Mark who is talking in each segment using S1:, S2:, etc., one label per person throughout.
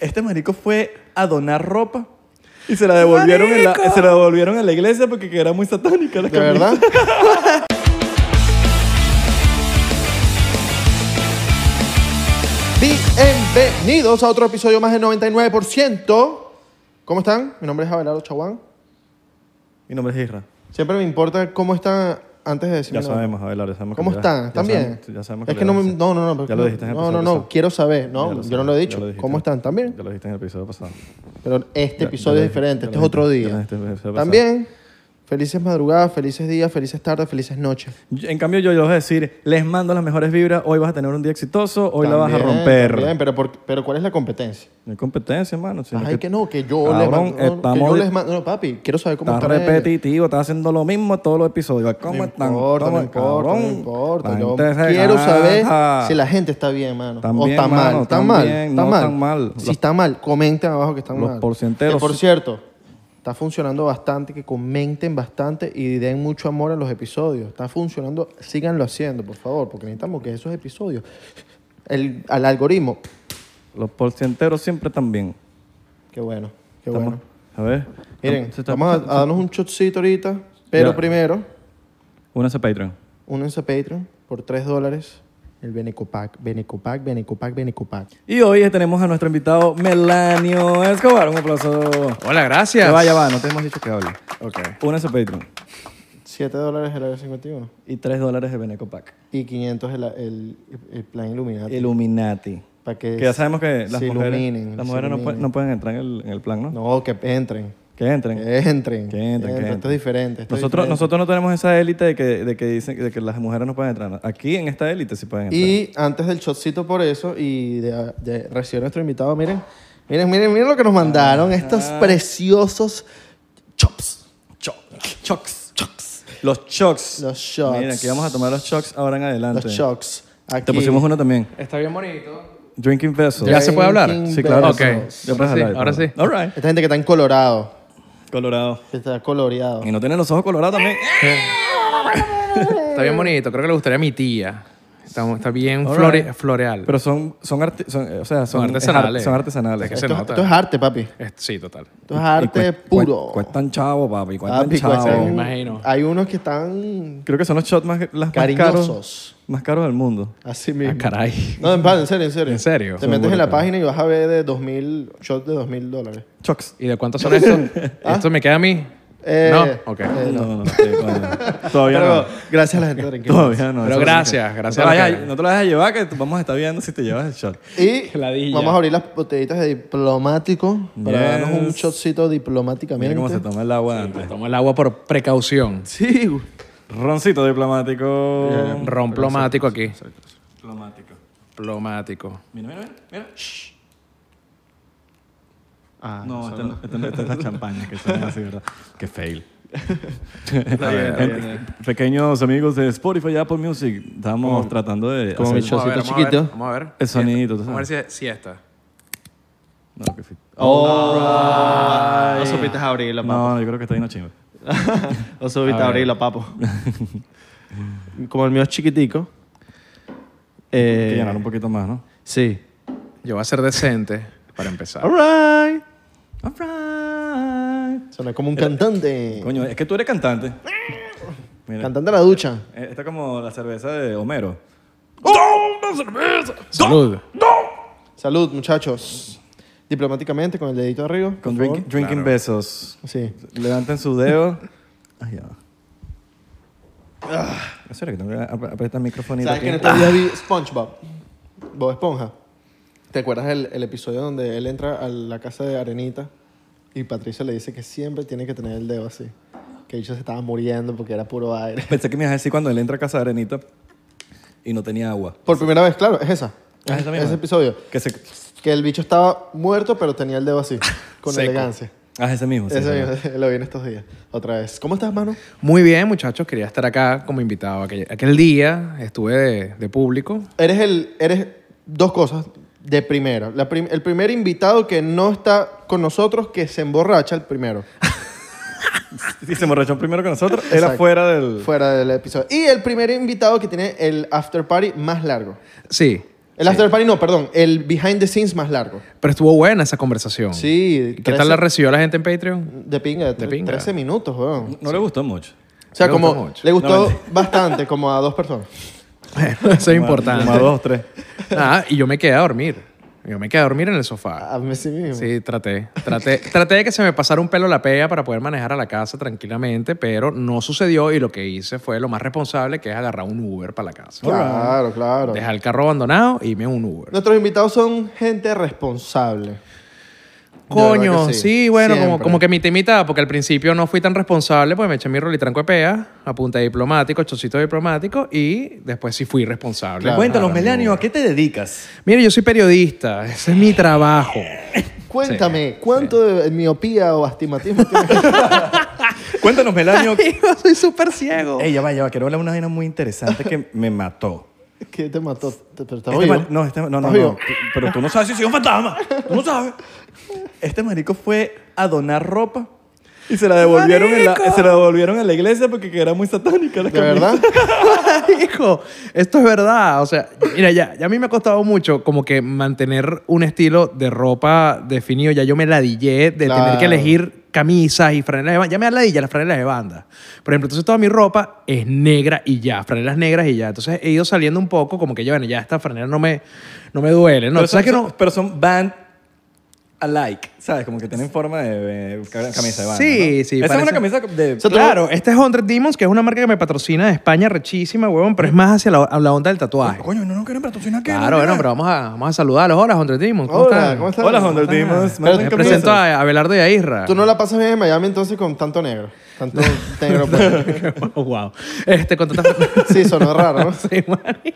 S1: Este marico fue a donar ropa y se la devolvieron, en la,
S2: ¡Marico!
S1: se la, devolvieron a la iglesia porque que era muy satánica la
S2: ¿De
S1: camisa.
S2: verdad? Bienvenidos a otro episodio más del 99%. ¿Cómo están? Mi nombre es Abelardo Chaguán.
S1: Mi nombre es Isra.
S2: Siempre me importa cómo están antes de decir
S1: Ya
S2: mi nombre.
S1: sabemos, Abelardo, ya sabemos
S2: ¿Cómo
S1: que ya-
S2: están?
S1: ya
S2: ¿Están bien?
S1: sabemos- ya sabemos
S2: es que no, me-
S1: le-
S2: no, no, no. pero-
S1: Ya lo dijiste en el
S2: No,
S1: episodio
S2: no, no,
S1: pasado.
S2: quiero saber.
S1: Ya
S2: No,
S1: lo
S2: yo no lo he
S1: sabes,
S2: dicho.
S1: ya dijiste.
S2: ¿Cómo están? ¿Están bien?
S1: Ya lo dijiste en el episodio pasado.
S2: Pero este
S1: Ya-
S2: episodio
S1: ya lo- ya
S2: es diferente, este
S1: lo
S2: es otro
S1: dijiste, ya lo
S2: día.
S1: dijiste, ya pasó.
S2: También, felices madrugadas, felices días, felices tardes, felices noches.
S1: Yo- En cambio, yo les voy a decir, les mando las mejores vibras, hoy vas a tener un día exitoso, hoy la vas a
S2: También,
S1: romper.
S2: también, pero, por- pero ¿cuál es la competencia?
S1: No hay competencia, hermano. sino
S2: Ay, que, no, que yo les
S1: Cabrón,
S2: mando. no, que
S1: estamos
S2: yo
S1: de-
S2: les mando. No, papi, quiero saber cómo
S1: Está
S2: están ellos.
S1: repetitivo, está haciendo lo mismo todos los episodios. ¿Cómo
S2: No
S1: están?
S2: importa,
S1: ¿Cómo,
S2: no importa, no
S1: cabrón?
S2: importa.
S1: La
S2: Yo
S1: gente se
S2: quiero
S1: gana.
S2: saber si la gente está bien, mano.
S1: Están
S2: o
S1: bien,
S2: está mal.
S1: mano,
S2: Está
S1: están
S2: mal.
S1: bien,
S2: Está
S1: no
S2: mal.
S1: están mal.
S2: Si
S1: Los-
S2: está mal, comenten abajo que están
S1: Los
S2: mal.
S1: porcienteros.
S2: Que, por cierto, está funcionando bastante, que comenten bastante y den mucho amor a los episodios. Está funcionando, síganlo haciendo, por favor, porque necesitamos que esos episodios, el, al algoritmo,
S1: Los porcienteros siempre están bien.
S2: qué bueno, qué
S1: Estamos-
S2: bueno.
S1: A ver.
S2: Miren,
S1: estamos- se está-
S2: vamos a, a darnos un shotcito ahorita, pero
S1: Ya.
S2: primero,
S1: Únanse a Patreon.
S2: únanse a Patreon por 3 dólares. El Benecopac, Benecopac, Benecopac, Benecopac.
S1: Y hoy tenemos a nuestro invitado Melanio Escobar. Un aplauso.
S3: Hola, gracias.
S1: Ya va, ya va, no te hemos dicho que hable.
S3: Ok.
S1: Únanse a Patreon.
S2: 7 dólares el área 51
S1: Y 3 dólares de Benecopac.
S2: y 500 el, el, el plan Illuminati.
S1: Illuminati.
S2: para que,
S1: Eh, Que ya sabemos que las
S2: se
S1: mujeres,
S2: iluminen,
S1: las
S2: se
S1: mujeres no, pueden,
S2: iluminen.
S1: no pueden entrar en el, en el plan, ¿no?
S2: No, que entren.
S1: Que entren.
S2: Que entren.
S1: Que entren, que
S2: Esto
S1: entren.
S2: es diferente. esto es
S1: Nosotros,
S2: diferente.
S1: nosotros no tenemos esa élite de que, de que dicen de que las mujeres no pueden entrar. Aquí en esta élite sí pueden entrar.
S2: Y antes del shotcito por eso y de, de recibir a nuestro invitado, miren, miren, miren, miren lo que nos mandaron estos
S1: Ah.
S2: preciosos chops.
S1: Chocs. Los chocs.
S2: Los chocs.
S1: Mira, aquí vamos a tomar los chocs ahora en adelante.
S2: Los chocs. Aquí.
S1: Te pusimos uno también.
S3: Está bien bonito.
S1: Drinking vessels.
S3: ¿Ya se puede hablar?
S2: Drinking
S1: Sí, claro.
S3: Ok.
S2: vessels.
S1: Ya puedes
S3: Sí,
S1: hablar,
S3: ahora
S1: perdón.
S3: sí.
S1: All right.
S2: Esta gente que está en Colorado, Eh.
S1: Colorado.
S2: que está coloreado.
S1: Y no tienen los ojos colorados también.
S3: Está bien bonito. Creo que le gustaría a mi tía. Está, está bien
S1: All
S3: flore-
S1: right.
S3: floreal.
S1: Pero son, son, arti- son, eh, o sea, son,
S3: Son artesanales.
S1: es ar- son artesanales.
S3: Es que se
S2: Esto,
S3: nota.
S2: esto es arte, papi.
S3: Es- sí, total.
S2: Esto es
S1: Y
S2: arte
S1: cuest-
S2: puro.
S1: cuest- Cuestan chavo, papi. Cuestan
S2: Papi,
S1: chavo.
S2: cuestan-
S3: Me imagino.
S2: Hay unos que están
S1: Creo que son los shots más, las más caros.
S2: cariñosos.
S1: Más caros del mundo.
S2: Así mismo.
S3: Ah, caray.
S2: No, en, pan, en serio, en serio.
S3: ¿En serio?
S2: Te metes en la página y vas a ver de 2.000, shots de 2.000 dólares.
S1: Chocs.
S3: ¿Y de cuántos son estos? ¿Esto me queda a mí?
S2: Eh,
S3: no. Ok.
S1: No, no, no. sí, coño. Todavía
S2: Pero
S1: no.
S2: gracias a la gente de Drinking
S1: Todavía no.
S3: Pero
S1: eso no
S3: gracias,
S1: se puede.
S3: gracias
S1: No te,
S3: a lo
S1: la
S3: que-
S1: dejes- no te lo dejes llevar, que vamos a estar viendo si te llevas el shot.
S2: Y
S3: Ladilla.
S2: vamos a abrir las botellitas de diplomático para
S1: Yes.
S2: darnos un
S1: Mira
S2: shotcito
S1: cómo se
S2: diplomáticamente.
S1: toma el agua de antes.
S3: Tomo el agua por precaución.
S2: Sí, güey.
S1: Roncito diplomático.
S3: Ron plomático aquí.
S1: Diplomático.
S3: Plomático.
S1: Mira, mira, mira, mira. Shh.
S2: Ah,
S1: No, esta no- esta no- esta es la champaña que suena así, ¿verdad? Qué fail. eh,
S3: Está bien, está bien.
S1: Pequeños amigos de Spotify y Apple Music, estamos tratando de
S2: como
S1: hacer
S2: mi
S3: Vamos a ver,
S2: Chocito
S3: vamos a ver,
S2: chiquito.
S3: Vamos a ver.
S1: el sonidito. ¿tú
S3: Vamos a ver
S1: sabes?
S3: si, si esta.
S1: No, qué fit.
S2: No supiste abrirlo,
S1: Oh, No, yo creo que está ahí una chimba.
S2: No subiste a abrirlo, papo. Como el mío es chiquitico.
S1: Hay que
S2: Eh,
S1: llenar un poquito más, ¿no?
S2: sí.
S3: Yo voy a ser decente para empezar.
S2: All right.
S1: All right.
S2: Suena como un cantante.
S1: Coño, es que tú eres cantante. Mira.
S2: Cantante a la ducha.
S1: Eh, Esta es como la cerveza de Homero.
S3: Salud.
S2: Salud, muchachos. Diplomáticamente, con el dedito arriba. por
S1: Con
S2: favor.
S1: drink- drinking besos.
S2: Sí.
S1: Levanten su dedo. Ay, ya. Ah. Eso era que tengo que ap- apretar el microfonito
S2: ¿Sabes
S1: aquí.
S2: que en estos días vi SpongeBob? Bob Esponja. ¿Te acuerdas el, el episodio donde él entra a la casa de Arenita y Patricia le dice que siempre tiene que tener el dedo así? Que ellos se estaba muriendo porque era puro aire.
S1: Pensé que me ibas a decir cuando él entra a casa de Arenita y no tenía agua.
S2: Por primera vez, claro, es esa.
S1: Ah, esa misma.
S2: Ese episodio.
S1: Que se...
S2: Que el bicho estaba muerto, pero tenía el dedo así, con
S3: Seco.
S2: elegancia.
S1: Ah, ese mismo. sí,
S2: Ese
S1: ese mismo.
S2: mismo, lo vi en estos días. Otra vez. ¿Cómo estás, mano?
S3: Muy bien, muchachos. Quería estar acá como invitado. Aquel, aquel día estuve de, de público.
S2: Eres el. Eres dos cosas de primera. La prim- el primer invitado que no está con nosotros, que se emborracha el primero.
S1: Sí, se emborrachó primero que nosotros. Era
S2: Exacto.
S1: fuera del...
S2: Fuera del episodio. Y el primer invitado que tiene el after party más largo.
S3: Sí.
S2: El after party no, perdón. El behind the scenes más largo.
S3: Pero estuvo buena esa conversación.
S2: Sí.
S3: Oh. ¿Qué
S2: 13
S3: tal la recibió la gente en Patreon?
S2: De pinga,
S3: De
S2: de
S3: pinga.
S2: 13 minutos, weón.
S1: No le gustó mucho.
S2: O sea,
S3: Le
S2: como
S3: gustó mucho.
S2: le gustó
S1: No,
S2: bastante, como a dos personas.
S3: Bueno, eso es
S1: Como a-
S3: importante.
S1: Como a dos, tres.
S3: Ah, y yo me quedé a dormir. Yo me quedé a dormir en el sofá.
S2: A mí sí mismo.
S3: Sí, traté. Traté, traté de que se me pasara un pelo la pega para poder manejar a la casa tranquilamente, pero no sucedió y lo que hice fue lo más responsable, que es agarrar un Uber para la casa.
S2: Claro, claro.
S3: Dejar el carro abandonado y irme a un Uber.
S2: Nuestros invitados son gente responsable. De
S3: Coño,
S2: verdad que
S3: sí.
S2: sí.
S3: bueno, como,
S2: Siempre.
S3: como que mi temita, porque al principio no fui tan responsable, pues me eché mi rolitranco de pea, a punta de diplomático, chocito diplomático, y después sí fui responsable.
S2: Claro.
S3: Cuéntanos,
S1: Cuéntanos, Melanio, ¿a qué te dedicas?
S3: Mire, yo soy periodista, ese es mi trabajo.
S2: Cuéntame, ¿cuánto de miopía o astigmatismo tienes?
S1: Cuéntanos, Melanio.
S3: Yo soy súper ciego.
S1: Ey, ya va, ya va. Quiero hablar de una vaina muy interesante que me mató.
S2: ¿Qué te mató? Te- Pero estás
S1: Este
S2: vivo.
S1: ma- no, este- no, no, no,
S2: ¿Estás vivo?
S1: Tú- Pero tú no sabes si soy un fantasma. Tú no sabes. Este marico fue a donar ropa y se la devolvieron, en la, se la devolvieron a la iglesia porque que era muy satánica la
S2: ¿De verdad?
S3: Hijo, esto es verdad. O sea, mira, ya, ya a mí me ha costado mucho como que mantener un estilo de ropa definido. Ya yo me ladillé de tener
S2: Claro.
S3: que elegir camisas y franelas de banda. Ya me ladilla las franelas de banda. Por ejemplo, entonces toda mi ropa es negra y ya, franelas negras y ya. Entonces he ido saliendo un poco como que ya, bueno, ya esta franela no me, no me duele. No,
S1: pero, son,
S3: ¿Tú sabes que
S1: son-
S3: no?
S1: pero son band alike, ¿sabes? Como que tienen forma de, eh, ca- camisa de banda.
S3: Sí,
S1: ¿no?
S3: sí,
S1: Esa es
S3: parece-
S1: una camisa de.
S2: sea, tú-
S3: claro, esta es Hundred Demons, que es una marca que me patrocina de España, rechísima, huevón, pero es más hacia la, a la onda del tatuaje.
S1: Coño, no, no quieren patrocinar que.
S3: Claro, bueno, pero vamos a, vamos a saludarlos. Hola, Hundred Demons. ¿Cómo
S2: Hola,
S3: están?
S2: ¿cómo estás?
S1: Hola, Hunter Demons.
S2: Pero
S1: mandan
S3: Me
S2: ¿Qué
S3: presento
S1: camisas.
S3: a Abelardo y a Isra.
S2: Tú no la pasas bien en Miami entonces con tanto negro. Tanto negro. pues.
S3: wow. Este, con tantas...
S2: Sí, sonó raro, ¿no?
S3: Sí, Mari.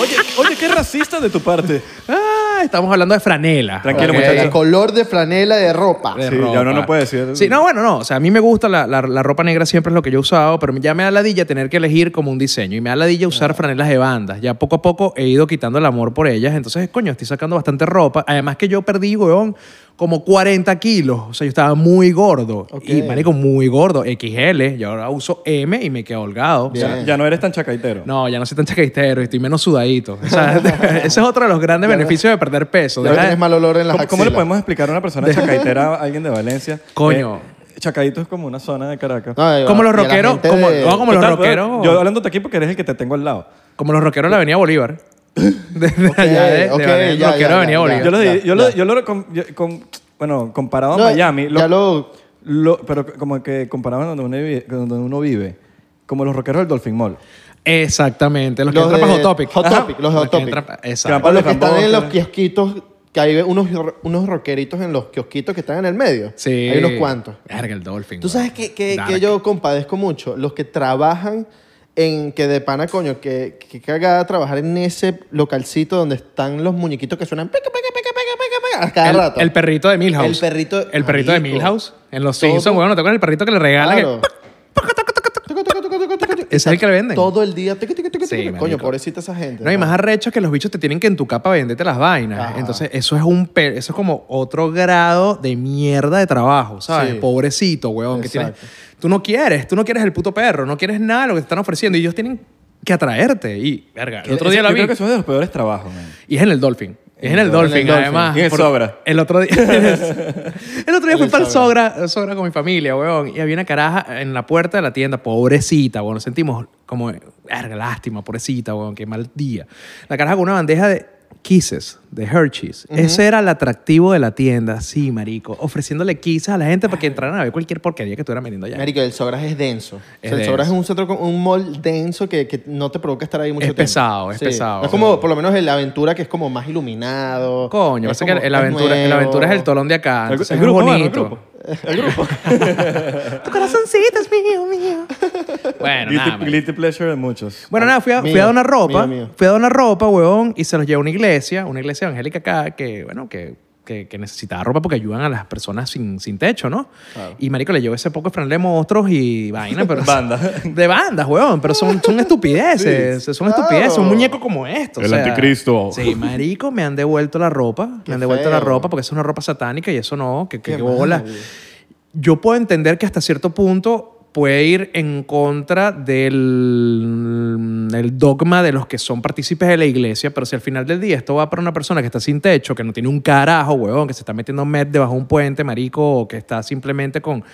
S1: Oye, oye, qué racista de tu parte.
S3: ah, estamos hablando de franela.
S1: Tranquilo,
S3: Ok.
S1: muchachos.
S2: El color de franela de ropa.
S3: De
S1: Sí, ya uno no puede decir-
S3: Sí, no, bueno, no. O sea, a mí me gusta la, la- la ropa negra, siempre es lo que yo he usado, pero ya me da ladilla tener que elegir como un diseño. Y me da ladilla usar franelas de bandas. Ya poco a poco he ido quitando el amor por ellas. Entonces, coño, estoy sacando bastante ropa. Además que yo perdí, weón, como 40 kilos. O sea, yo estaba muy gordo.
S2: Ok.
S3: Y, marico, muy gordo. XL. Yo ahora uso M y me quedo holgado. O sea,
S1: Ya, ya no eres tan chacaitero.
S3: No, ya no soy tan chaquetero y estoy menos sudadito. O sea, ese es otro de los grandes beneficios de perder peso.
S2: Ya no
S3: Deja de-
S2: tienes mal olor en las
S1: ¿Cómo,
S2: axilas.
S1: cómo le podemos explicar a una persona chacaitera a alguien de Valencia?
S3: Coño.
S1: Eh, Chacaito es como una zona de Caracas.
S2: No, digo,
S3: Como los
S2: y la
S3: rockeros,
S2: gente
S3: como-
S2: de-
S3: no, como los
S1: Total, pues,
S3: rockeros.
S1: Yo hablándote aquí porque eres el que te tengo al lado.
S3: Como los rockeros de la Avenida Bolívar. De, de
S2: Ok,
S3: allá de, de
S2: ok,
S3: Valencia,
S2: ya,
S3: rockeros de
S2: ya,
S3: Avenida
S2: ya,
S3: Bolívar.
S1: Yo lo, di-
S2: ya,
S1: yo lo-
S2: ya.
S1: yo lo con- yo- con- bueno, comparado
S2: No,
S1: a Miami, lo-
S2: ya lo-
S1: lo- pero como que comparado a donde uno vive, donde uno vive, como los rockeros del Dolphin Mall.
S3: Exactamente, los, que
S2: Los
S3: entran para
S2: de
S3: Hot Topic.
S2: Hot
S3: Ajá,
S2: Topic, los de Hot
S3: que
S2: Topic.
S3: entran pa-
S1: Trampa-
S3: Exacto.
S2: O los que están en
S1: Campos,
S2: los
S1: ¿no?
S2: kiosquitos, que hay unos, unos rockeritos en los kiosquitos que están en el medio.
S3: Sí.
S2: Hay unos cuantos.
S3: Verga, el Dolphin.
S2: Tú
S3: güey.
S2: sabes que, que- que
S3: Dark.
S2: yo compadezco mucho. Los que trabajan en que de pana, coño, que, que cagada trabajar en ese localcito donde están los muñequitos que suenan peca, peca, peca, peca, peca, peca, a cada
S3: el,
S2: rato.
S3: el perrito de Milhouse.
S2: El perrito-
S3: El perrito de
S2: marico.
S3: Milhouse. En los
S2: Todo-
S3: Simpsons, weón, ¿no te acuerdas? El perrito que le regala.
S2: Claro.
S3: que- Ese es el que le venden.
S2: Todo el día. tucu, tucu, tucu,
S3: Sí,
S2: tucu. Coño,
S3: marico.
S2: pobrecita esa gente.
S3: No, y más arrecho que los bichos te tienen que en tu capa venderte las vainas.
S2: Ajá.
S3: Entonces, eso es un pe- eso es como otro grado de mierda de trabajo, ¿sabes?
S2: Sí.
S3: Pobrecito, weón, que tienes.
S2: Exacto.
S3: Tú no quieres, tú no quieres el puto perro, no quieres nada de lo que te están ofreciendo y ellos tienen que atraerte y verga, el otro
S1: Ese-
S3: día la
S1: yo
S3: vi
S1: creo que eso es de los peores trabajos, man.
S3: y es en el Dolphin. Es en el Dolphin,
S2: Dolphin.
S3: además.
S1: Y en
S3: por-
S1: Sogra.
S3: El otro día. el otro día fui
S2: el
S3: para el Sogra, Sogra con mi familia, weón. Y había una caraja en la puerta de la tienda, pobrecita, weón. Nos sentimos como, verga, lástima, pobrecita, weón, qué mal día. La caraja con una bandeja de kisses, de Hershey's. Ese era el atractivo de la tienda, sí, marico. Ofreciéndole kisses a la gente para que entraran a ver cualquier porquería que estuvieran vendiendo allá.
S2: Marico, el Sogras es denso. O
S3: Es
S2: sea, el
S3: denso.
S2: Sogras es un centro, con- un mall denso que, que no te provoca estar ahí mucho
S3: Es
S2: tiempo.
S3: pesado, es pesado.
S2: No es como, por lo menos, el Aventura que es como más iluminado.
S3: Coño,
S2: Es
S3: pasa que el,
S2: como-
S3: el aventura, el
S2: nuevo.
S3: aventura es el tolón de acá.
S1: El,
S3: entonces
S1: el
S3: es
S1: grupo, mano, el
S3: bonito.
S1: grupo. El grupo.
S3: tu corazoncito es mío, mío. Bueno, nada,
S1: Guilty,
S3: marico.
S1: guilty pleasure de muchos.
S3: Bueno, nada, fui a,
S2: Ah, Mío,
S3: fui a donar ropa.
S2: mío, mío.
S3: Fui a donar ropa, huevón, y se los llevé a una iglesia, una iglesia evangélica acá que, bueno, que, que, que necesitaba ropa porque ayudan a las personas sin, sin techo, ¿no? Y marico, le llevé ese poco de franela de monstruos y vaina, pero...
S1: Banda.
S3: De bandas, huevón, pero son, son estupideces, son
S2: claro.
S3: estupideces, un muñeco como esto.
S1: El anticristo.
S3: Sí, marico, me han devuelto la ropa,
S2: Qué
S3: me han devuelto la
S2: feo.
S3: ropa porque eso es una ropa satánica y eso no, que, que,
S2: Qué
S3: que bola
S2: mal.
S3: yo puedo entender que hasta cierto punto puede ir en contra del, del dogma de los que son partícipes de la iglesia, pero si al final del día esto va para una persona que está sin techo, que no tiene un carajo, huevón, que se está metiendo met debajo de un puente, marico, o que está simplemente con,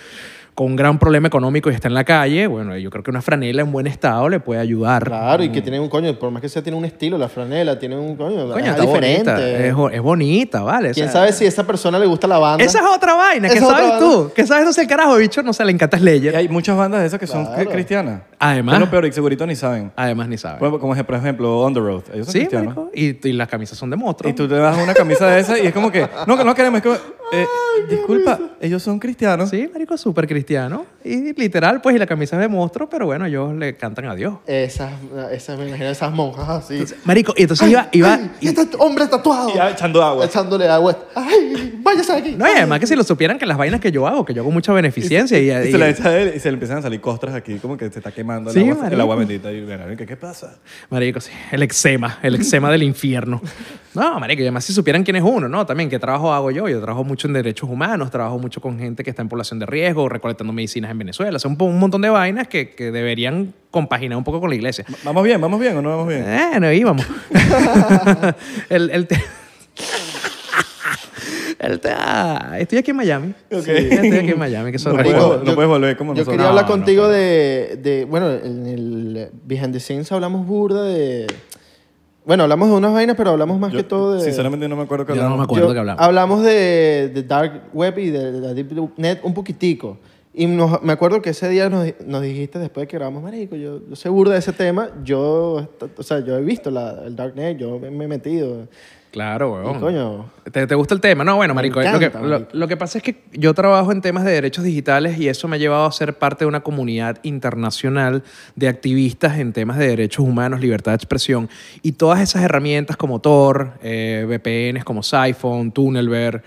S3: con un gran problema económico y está en la calle, bueno, yo creo que una franela en buen estado le puede ayudar.
S2: Claro,
S3: Mm.
S2: y que tiene un coño, por más que sea, tiene un estilo, la franela, tiene un coño,
S3: Coño,
S2: es
S3: está
S2: diferente.
S3: bonita. Es, bo- es bonita, ¿vale? O
S2: ¿Quién
S3: sea,
S2: sabe si a esa persona le gusta la banda?
S3: Esa es otra vaina,
S2: Esa
S3: que
S2: es otra
S3: sabes
S2: vaina.
S3: tú, que sabes no sé el carajo, bicho, no sé, le encanta Slayer.
S1: Y hay muchas bandas de esas que son
S2: Claro.
S1: cri- cristianas.
S3: Además.
S1: Es lo peor y segurito ni saben.
S3: Además, ni sabe.
S1: Bueno, como ej- por ejemplo On The Road. Ellos son
S3: sí,
S1: cristianos.
S3: marico, y, y las camisas son de monstruo.
S1: Y tú te das una camisa de esa y es como que, no, que no queremos, es como, eh, disculpa, ellos son cristianos.
S3: Sí, marico, súper cristiano. Y literal, pues, y la camisa es de monstruo, pero bueno, ellos le cantan a Dios.
S2: Esas, esas, me imagino esas monjas así.
S3: Marico, y entonces iba... iba
S2: Ay, este hombre tatuado.
S1: Y ya echando agua.
S2: Echándole agua. Ay, váyase de aquí.
S3: no, y además que si lo supieran que las vainas que yo hago, que yo hago mucha beneficencia y...
S1: Y
S3: y-
S1: se, la echa a él y se le empiezan a salir costras aquí, como que se está quemando el,
S3: Sí,
S1: agua, el
S3: marico.
S1: agua bendita. Y bueno, ¿qué, ¿qué pasa?
S3: Marico, sí, el eczema, el eczema del infierno. No, marico, y además si supieran quién es uno, ¿no? También, ¿qué trabajo hago yo? Yo trabajo mucho en derechos humanos, trabajo mucho con gente que está en población de riesgo, recolectando medicinas en Venezuela. Son un montón de vainas que, que deberían compaginar un poco con la iglesia.
S1: ¿Vamos bien? ¿Vamos bien o no vamos bien?
S3: Eh, no íbamos. el, el te- El te- ah, Estoy aquí en Miami.
S1: Ok.
S3: Sí, estoy aquí en Miami, que eso
S1: No
S3: es rico.
S1: puedo. no puedes volver como
S2: Yo
S1: nosotros.
S2: quería
S3: No,
S2: hablar
S3: no
S2: contigo
S3: puedo.
S2: de, de- Bueno, en el Behind the Scenes hablamos burda de. Bueno, hablamos de unas vainas, pero hablamos más
S1: Yo,
S2: que todo de.
S1: Sinceramente no me acuerdo que
S3: Yo no me acuerdo
S2: Yo-
S3: que hablamos.
S2: de, de Dark Web y de la Deep Net un poquitico. Y nos- me acuerdo que ese día nos, di- nos dijiste después de que grabamos, marico, yo, yo soy burda de ese tema. Yo, est- o sea, yo he visto la, el Dark Net, yo me me he metido.
S3: Claro,
S2: Y
S3: weón.
S2: coño.
S3: ¿Te, te gusta el tema? No, bueno, marico,
S2: encanta,
S3: lo, que, lo-
S2: marico.
S3: lo que pasa es que yo trabajo en temas de derechos digitales y eso me ha llevado a ser parte de una comunidad internacional de activistas en temas de derechos humanos, libertad de expresión y todas esas herramientas como Tor, eh, VPNs como Siphon, Tunnelberg,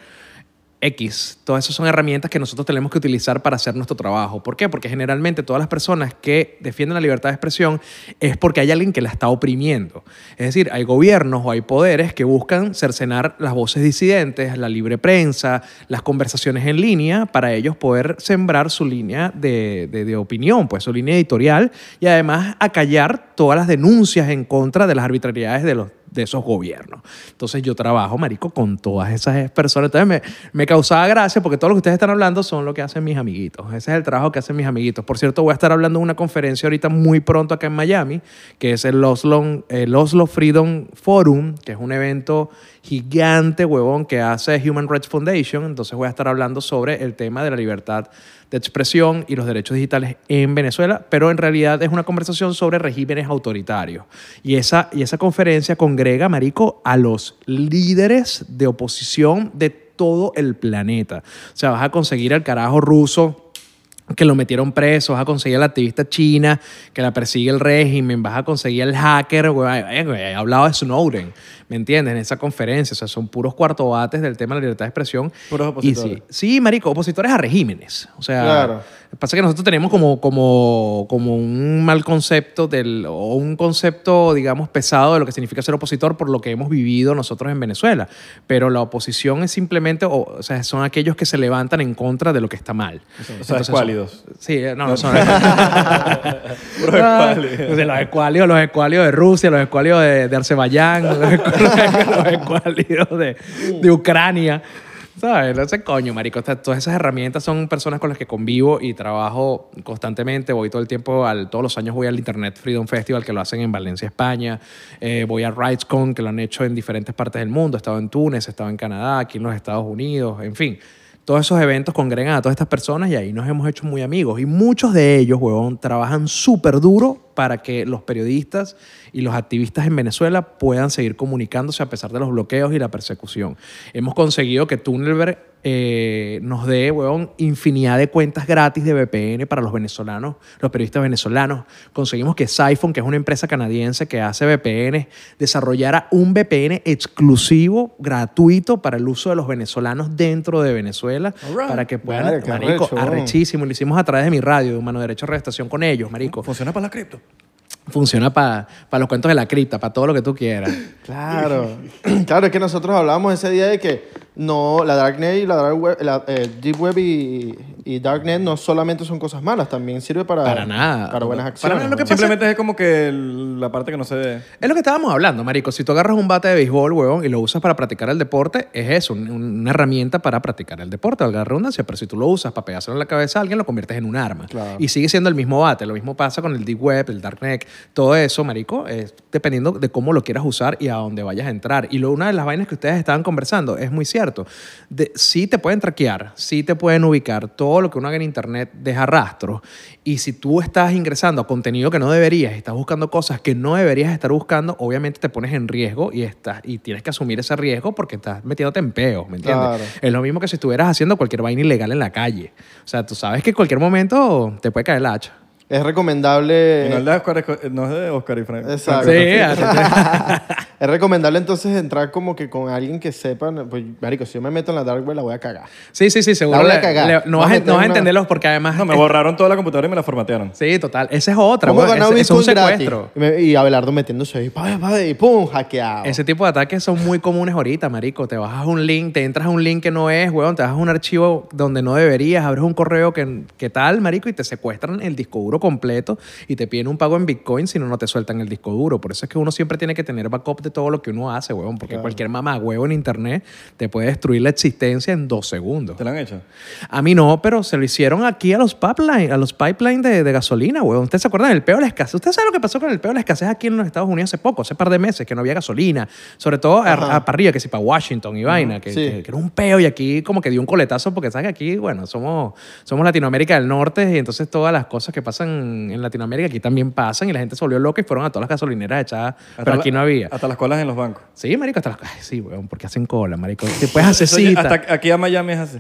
S3: X, todas esas son herramientas que nosotros tenemos que utilizar para hacer nuestro trabajo. ¿Por qué? Porque generalmente todas las personas que defienden la libertad de expresión es porque hay alguien que la está oprimiendo. Es decir, hay gobiernos o hay poderes que buscan cercenar las voces disidentes, la libre prensa, las conversaciones en línea, para ellos poder sembrar su línea de, de- de opinión, pues su línea editorial, y además acallar todas las denuncias en contra de las arbitrariedades de los de esos gobiernos. Entonces yo trabajo, marico, con todas esas personas. Entonces me, me causaba gracia porque todo lo que ustedes están hablando son lo que hacen mis amiguitos. Ese es el trabajo que hacen mis amiguitos. Por cierto, voy a estar hablando en una conferencia ahorita muy pronto acá en Miami, que es el Oslo, el Oslo Freedom Forum, que es un evento gigante, huevón, que hace Human Rights Foundation. Entonces voy a estar hablando sobre el tema de la libertad de expresión y los derechos digitales en Venezuela, pero en realidad es una conversación sobre regímenes autoritarios. Y esa, y esa conferencia congrega, Marico, a los líderes de oposición de todo el planeta. O sea, vas a conseguir al carajo ruso que lo metieron preso, vas a conseguir a la activista china que la persigue el régimen, vas a conseguir al hacker, güey, eh, güey, he hablado de Snowden, ¿me entiendes? En esa conferencia, o sea, son puros cuarto bates del tema de la libertad de expresión.
S1: Puros
S3: Y
S1: opositores.
S3: sí, sí, marico, opositores a regímenes, o sea,
S2: Claro.
S3: pasa que nosotros tenemos como, como, como un mal concepto del, o un concepto, digamos, pesado de lo que significa ser opositor por lo que hemos vivido nosotros en Venezuela. Pero la oposición es simplemente, o, o sea, son aquellos que se levantan en contra de lo que está mal.
S1: O sea,
S3: Entonces,
S1: escuálidos.
S3: Sí, eh, no, no son Los
S2: Ah.
S1: escuálidos.
S3: Los escuálidos, los escuálidos de Rusia, los escuálidos de, de Azerbaiyán, los escu- los escuálidos de, de Ucrania. ¿Sabes? No sé, coño, marico. Estas- todas esas herramientas son personas con las que convivo y trabajo constantemente. Voy todo el tiempo, al, todos los años voy al Internet Freedom Festival, que lo hacen en Valencia, España. Eh, voy a RightsCon, que lo han hecho en diferentes partes del mundo. He estado en Túnez, he estado en Canadá, aquí en los Estados Unidos, en fin todos esos eventos congregan a todas estas personas y ahí nos hemos hecho muy amigos. Y muchos de ellos, huevón, trabajan súper duro para que los periodistas y los activistas en Venezuela puedan seguir comunicándose a pesar de los bloqueos y la persecución. Hemos conseguido que Tunnelberg eh, nos dé, huevón, infinidad de cuentas gratis de VPN para los venezolanos, los periodistas venezolanos. Conseguimos que Siphon, que es una empresa canadiense que hace VPN, desarrollara un VPN exclusivo, gratuito, para el uso de los venezolanos dentro de Venezuela,
S1: Alright.
S3: para que puedan,
S2: Vale, qué
S3: marico,
S2: arrecho, weón.
S3: arrechísimo. Lo hicimos a través de mi radio, de Humano Derecho Restación con ellos, marico.
S1: ¿Funciona para la cripto?
S3: Funciona para los cuentos de la cripta, para todo lo que tú quieras.
S2: Claro, claro, es que nosotros hablábamos ese día de que no, la Dark Net y la Dark Web, la eh, Deep Web y Y Darknet no solamente son cosas malas, también sirve para.
S3: Para nada.
S2: Para buenas
S3: Para
S2: acciones. Eh.
S3: nada, lo que
S2: ¿no?
S3: pasa-
S1: Simplemente es como que el- la parte que no se ve.
S3: Es lo que estábamos hablando, marico. Si tú agarras un bate de béisbol, huevón, y lo usas para practicar el deporte, es eso, un- un- una herramienta para practicar el deporte, valga la redundancia. Pero si tú lo usas para pegárselo en la cabeza a alguien, lo conviertes en un arma.
S2: Claro.
S3: Y sigue siendo el mismo bate. Lo mismo pasa con el Deep Web, el Darknet, todo eso, marico, es dependiendo de cómo lo quieras usar y a dónde vayas a entrar. Y lo, una de las vainas que ustedes estaban conversando es muy cierto. De, sí te pueden traquear, sí te pueden ubicar. Todo lo que uno haga en Internet deja rastros. Y si tú estás ingresando a contenido que no deberías, estás buscando cosas que no deberías estar buscando, obviamente te pones en riesgo y, estás, y tienes que asumir ese riesgo porque estás metiéndote en peos, ¿me entiendes?
S2: Claro.
S3: Es lo mismo que si estuvieras haciendo cualquier vaina ilegal en la calle. O sea, tú sabes que en cualquier momento te puede caer el hacha.
S2: Es recomendable.
S1: no, es de Oscar, no es de Oscar y Frank.
S2: Exacto.
S3: Sí, así
S2: es recomendable entonces entrar como que con alguien que sepa. Pues, marico, si yo me meto en la dark web, la voy a cagar.
S3: Sí, sí, sí, seguro.
S2: La voy a
S3: le-
S2: cagar.
S3: le- no,
S2: Vas a
S3: vas, a-
S2: meter
S3: no vas a
S2: una-
S3: entenderlos porque además.
S1: No, me borraron toda la computadora y me la formatearon.
S3: Sí, total. Esa es otra.
S2: ¿Cómo
S3: weón.
S2: ganar
S3: Ese- ese es un
S2: Bitcoin gratis?
S3: secuestro.
S2: Y, me- y Abelardo metiéndose ahí, pa, pa, y pum, hackeado.
S3: Ese tipo de ataques son muy comunes ahorita, marico. Te bajas un link, te entras a un link que no es, weón. Te bajas un archivo donde no deberías, abres un correo que, que tal, marico, y te secuestran el disco duro completo y te piden un pago en Bitcoin si no, no te sueltan el disco duro. Por eso es que uno siempre tiene que tener backup de todo lo que uno hace, weón. Porque cualquier mamá, huevo en internet te puede destruir la existencia en dos segundos.
S1: ¿Te la han hecho?
S3: A mí no, pero se lo hicieron aquí a los pipeline, a los pipeline de, de gasolina, weón. ¿Ustedes se acuerdan del peo de la escasez? ¿Ustedes saben lo que pasó con el peo de la escasez aquí en los Estados Unidos hace poco, hace par de meses, que no había gasolina? Sobre todo a, a parrilla, que sí, para Washington y vaina, que,
S2: sí.
S3: que- que era un peo y aquí como que dio un coletazo porque, ¿sabes? que Aquí, bueno, somos, somos Latinoamérica del Norte y entonces todas las cosas que pasan en Latinoamérica aquí también pasan y la gente se volvió loca y fueron a todas las gasolineras echadas,
S1: Hasta
S3: pero
S1: la-
S3: aquí no había.
S1: Hasta las colas en los bancos.
S3: Sí, marico, hasta las... Ay, sí, weón, porque hacen cola, marico. Te puedes hacer
S1: Eso ya-
S3: cita.
S1: Hasta aquí a Miami es así.
S2: Sí,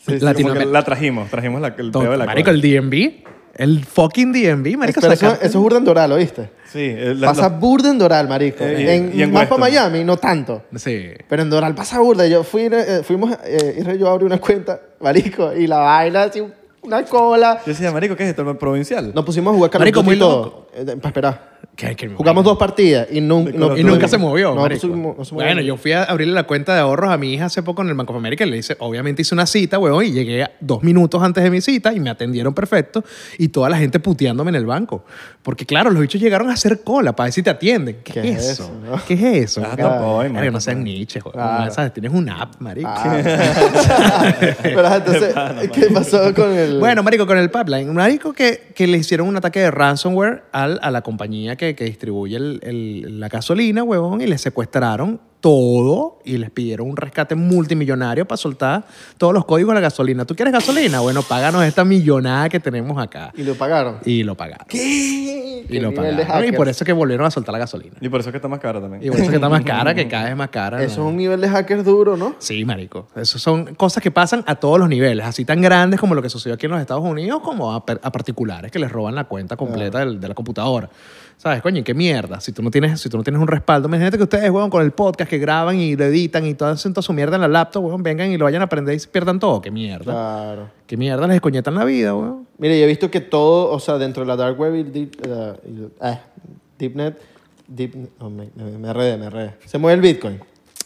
S2: sí,
S1: Como que
S3: Latinoamérica.
S1: la trajimos, trajimos la, el peor de la
S3: marico,
S1: cola.
S3: el DMV. El fucking DMV, marico.
S2: Pero eso,
S3: saca-
S2: eso es burda en Doral, ¿oíste?
S1: Sí, el- la-
S2: Pasa
S1: la-
S2: burda en Doral, marico.
S1: Eh, y-
S2: en,
S1: y en
S2: más para
S1: Weston.
S2: Miami, no tanto.
S3: Sí.
S2: Pero en Doral pasa burda. Yo fui, eh, fuimos, eh, Israel y yo abrí una cuenta, marico, y la vaina, así, una cola.
S1: Yo decía, marico, ¿qué es esto? ¿El provincial?
S2: Nos pusimos a jugar Call of
S3: Marico,
S2: Duty
S3: muy
S2: y todo. para esperar.
S3: Que- que-
S2: Jugamos dos partidas y, nun-
S1: De
S2: no-
S1: Call of
S3: Y
S1: Duty.
S3: nunca se movió.
S2: No,
S3: marico.
S2: no se mo- no se movió.
S3: bueno, yo fui a abrirle la cuenta de ahorros a mi hija hace poco en el Banco of America y le hice, obviamente hice una cita, weón, y llegué a- dos minutos antes de mi cita y me atendieron perfecto y toda la gente puteándome en el banco. Porque claro, los bichos llegaron a hacer cola para ver si te atienden. ¿Qué,
S2: ¿Qué
S3: es
S2: es
S3: eso?
S2: eso, no?
S3: ¿Qué es eso?
S1: Ah,
S3: Claro.
S1: tampoco, ay,
S3: Marico,
S1: marico,
S3: no seas
S1: tampoco.
S3: niche, weón.
S2: Claro.
S3: ¿Sabes? Tienes un app, marico.
S2: Ah.
S3: Ah,
S2: Pero entonces, ¿qué pasó con el...?
S3: Bueno, marico, con el pipeline. Marico que, que le hicieron un ataque de ransomware al- a la compañía que, que distribuye el- el- la gasolina, huevón, y le secuestraron todo y les pidieron un rescate multimillonario para soltar todos los códigos de la gasolina. ¿Tú quieres gasolina? Bueno, páganos esta millonada que tenemos acá.
S2: Y lo pagaron.
S3: Y lo pagaron.
S2: ¿Qué?
S3: Y lo
S2: nivel de
S3: pagaron. Y por
S2: hackers?
S3: eso es que volvieron a soltar la gasolina.
S1: Y por eso es que está más cara también.
S3: Y por eso es que está más cara, que cada vez más cara.
S2: Eso
S3: ¿no?
S2: es un nivel de hackers duro, ¿no?
S3: Sí, marico. Eso son cosas que pasan a todos los niveles, así tan grandes como lo que sucedió aquí en los Estados Unidos, como a, per- a particulares que les roban la cuenta completa del- de la computadora. ¿Sabes, coño? ¿Y qué mierda? Si tú no tienes, si tú no tienes un respaldo, imagínate que ustedes, weón, con el podcast que graban y lo editan y todo hacen toda su mierda en la laptop, weón, vengan y lo vayan a aprender y se pierdan todo. ¿Qué mierda?
S2: Claro.
S3: ¿Qué mierda les escoñetan la vida, weón?
S2: Mire, yo he visto que todo, o sea, dentro de la dark web y el deep, eh, y el- ah, deepnet, deep, no, me, me, me enredé, me enredé. Se mueve el bitcoin.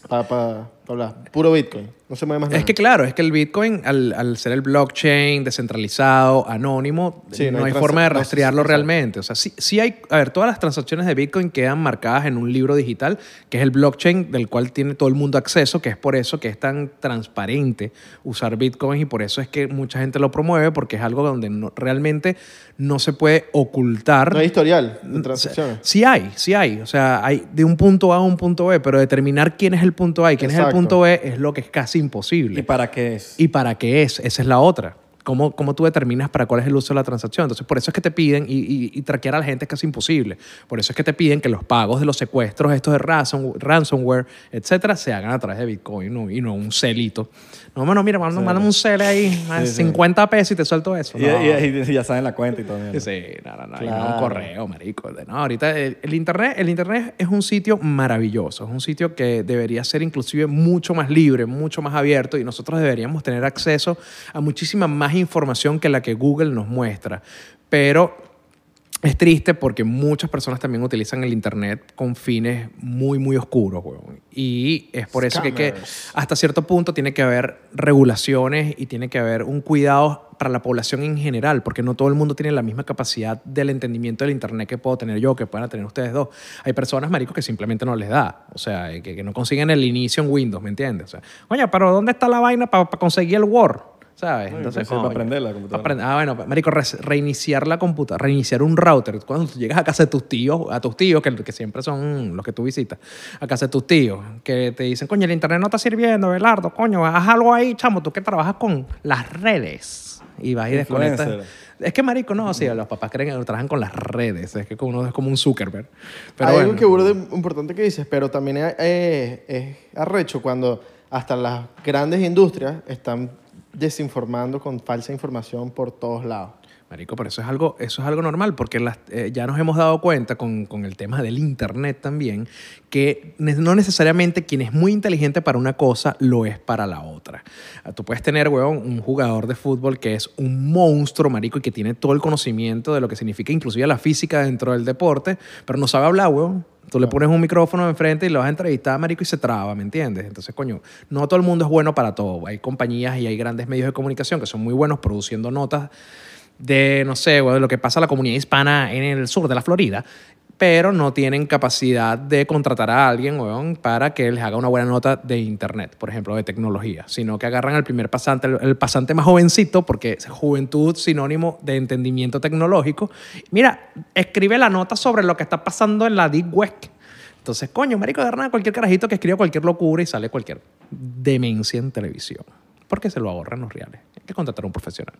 S2: Para hablar. Puro bitcoin. No se mueve más nada.
S3: Es que claro, es que el Bitcoin, al, al ser el blockchain descentralizado, anónimo,
S2: Sí, no
S3: no,
S2: hay
S3: hay
S2: transa-
S3: forma de
S2: no se-
S3: rastrearlo
S2: exacto.
S3: realmente. O sea, sí, sí hay, a ver, todas las transacciones de Bitcoin quedan marcadas en un libro digital, que es el blockchain del cual tiene todo el mundo acceso, que es por eso que es tan transparente usar Bitcoin y por eso es que mucha gente lo promueve, porque es algo donde no- realmente no se puede ocultar
S2: No hay historial de
S3: sea,
S2: transacciones.
S3: Sí hay, sí hay. O sea, hay de un punto A a un punto B, pero determinar quién es el punto A y quién es el
S2: Exacto.
S3: punto B es lo que es casi imposible.
S1: ¿Y para qué es?
S3: ¿Y para qué es? Esa es la otra. ¿Cómo, ¿Cómo tú determinas para cuál es el uso de la transacción? Entonces, por eso es que te piden, y, y, y traquear a la gente es casi imposible. Por eso es que te piden que los pagos de los secuestros, estos de ransom- ransomware, etcétera, se hagan a través de Bitcoin ¿no? y no un celito. No, bueno, mira, mándame, mándame un cel ahí, a
S1: Sí, sí.
S3: 50 pesos y te suelto eso.
S1: Y,
S3: No.
S1: y- y- y ya saben la cuenta y todo. mierda.
S3: Sí, no, no, no, y
S2: Claro.
S3: no un correo, marico. De- No, ahorita el, el internet, el internet es un sitio maravilloso, es un sitio que debería ser inclusive mucho más libre, mucho más abierto y nosotros deberíamos tener acceso a muchísima más información que la que Google nos muestra. Pero Es triste porque muchas personas también utilizan el internet con fines muy, muy oscuros, weón. Y es por eso que, hay que
S2: Scammers.
S3: hasta cierto punto tiene que haber regulaciones y tiene que haber un cuidado para la población en general, porque no todo el mundo tiene la misma capacidad del entendimiento del internet que puedo tener yo, que puedan tener ustedes dos. Hay personas, maricos, que simplemente no les da. O sea, eh, que, que no consiguen el inicio en Windows, ¿me entiendes? O sea, oye, pero ¿dónde está la vaina para conseguir el Word? ¿Sabes?
S1: No, y pensé, para
S3: coño,
S1: prender la computadora.
S3: para aprender- Ah, bueno, marico, res- reiniciar la computadora, reiniciar un router. Cuando tú llegas a casa de tus tíos, a tus tíos, que, que siempre son los que tú visitas, a casa de tus tíos, que te dicen, coño, el internet no está sirviendo, Belardo, coño, haz algo ahí, chamo, tú que trabajas con las redes. Y vas y desconectas.
S1: Influencer.
S3: Es que, marico, no, sí, los papás creen que trabajan con las redes. Es que uno es como un Zuckerberg. Pero
S2: hay
S3: bueno.
S2: algo que burda importante que dices, pero también es, es- es arrecho cuando hasta las grandes industrias están desinformando con falsa información por todos lados.
S3: Marico, pero eso es algo, eso es algo normal, porque las- eh, ya nos hemos dado cuenta con, con el tema del Internet también, que ne- no necesariamente quien es muy inteligente para una cosa lo es para la otra. Ah, Tú puedes tener, weón, un jugador de fútbol que es un monstruo, marico, y que tiene todo el conocimiento de lo que significa inclusive la física dentro del deporte, pero no sabe hablar, weón. Tú le pones un micrófono enfrente y lo vas a entrevistar, marico, y se traba, ¿me entiendes? Entonces, coño, no todo el mundo es bueno para todo. Hay compañías y hay grandes medios de comunicación que son muy buenos produciendo notas de, no sé, güey, de lo que pasa a la comunidad hispana en el sur de la Florida, pero no tienen capacidad de contratar a alguien, weón, para que les haga una buena nota de internet, por ejemplo, de tecnología, sino que agarran al primer pasante, el, el pasante más jovencito, porque es juventud sinónimo de entendimiento tecnológico. Mira, escribe la nota sobre lo que está pasando en la Deep Web. Entonces, coño, marico, agarran a cualquier carajito que escriba cualquier locura y sale cualquier demencia en televisión. Porque se lo ahorran los reales. Hay que contratar a un profesional.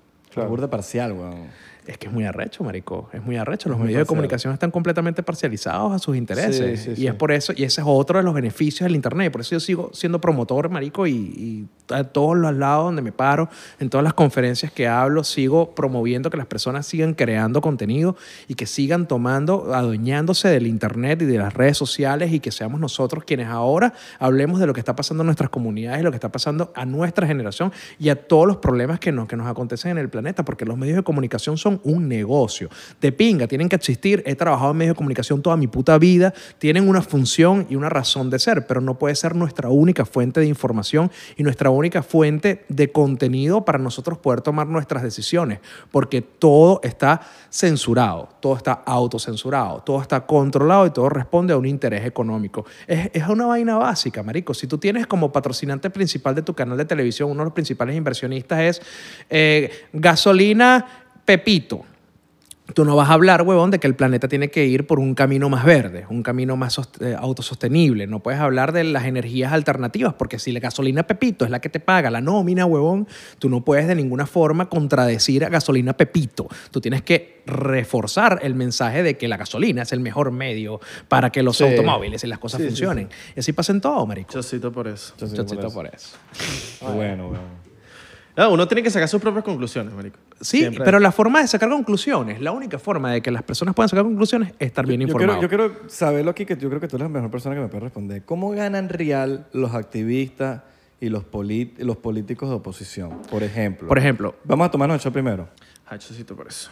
S1: Burda parcial, weón.
S3: Es que es muy arrecho, marico. Es muy arrecho. Los
S1: muy
S3: medios de
S1: parcial.
S3: comunicación están completamente parcializados a sus intereses.
S2: Sí, sí,
S3: y
S2: sí.
S3: es por eso, y ese es otro de los beneficios del Internet. Por eso yo sigo siendo promotor, marico, y, y a todos los lados donde me paro, en todas las conferencias que hablo, sigo promoviendo que las personas sigan creando contenido y que sigan tomando, adueñándose del Internet y de las redes sociales y que seamos nosotros quienes ahora hablemos de lo que está pasando en nuestras comunidades, lo que está pasando a nuestra generación y a todos los problemas que nos, que nos acontecen en el planeta, porque los medios de comunicación son un negocio. De pinga, tienen que existir. He trabajado en medios de comunicación toda mi puta vida, tienen una función y una razón de ser, pero no puede ser nuestra única fuente de información y nuestra única fuente de contenido para nosotros poder tomar nuestras decisiones, porque todo está censurado, todo está autocensurado, todo está controlado y todo responde a un interés económico. Es, es una vaina básica, marico. Si tú tienes como patrocinante principal de tu canal de televisión, uno de los principales inversionistas es eh, gasolina Pepito. Tú no vas a hablar, huevón, de que el planeta tiene que ir por un camino más verde, un camino más sost- eh, autosostenible. No puedes hablar de las energías alternativas, porque si la gasolina Pepito es la que te paga la nómina, huevón, tú no puedes de ninguna forma contradecir a gasolina Pepito. Tú tienes que reforzar el mensaje de que la gasolina es el mejor medio para que los
S2: Sí.
S3: automóviles y las cosas
S2: Sí, sí,
S3: funcionen. Y así pasa en todo, marico.
S4: Chocito por eso.
S1: Yo soy
S3: Chocito
S1: por eso.
S3: por
S1: Qué
S3: eso.
S1: bueno, weón.
S4: No, Ah, uno tiene que sacar sus propias conclusiones, marico.
S3: Sí,
S4: Siempre.
S3: pero la forma de sacar conclusiones, la única forma de que las personas puedan sacar conclusiones es estar bien
S1: Yo
S3: informados.
S1: quiero, yo quiero saberlo aquí, que yo creo que tú eres la mejor persona que me puede responder. ¿Cómo ganan real los activistas y los, polit- los políticos de oposición? Por ejemplo.
S3: Por ejemplo,
S1: Vamos a tomarnos el shot primero.
S4: Ah, chocito por eso.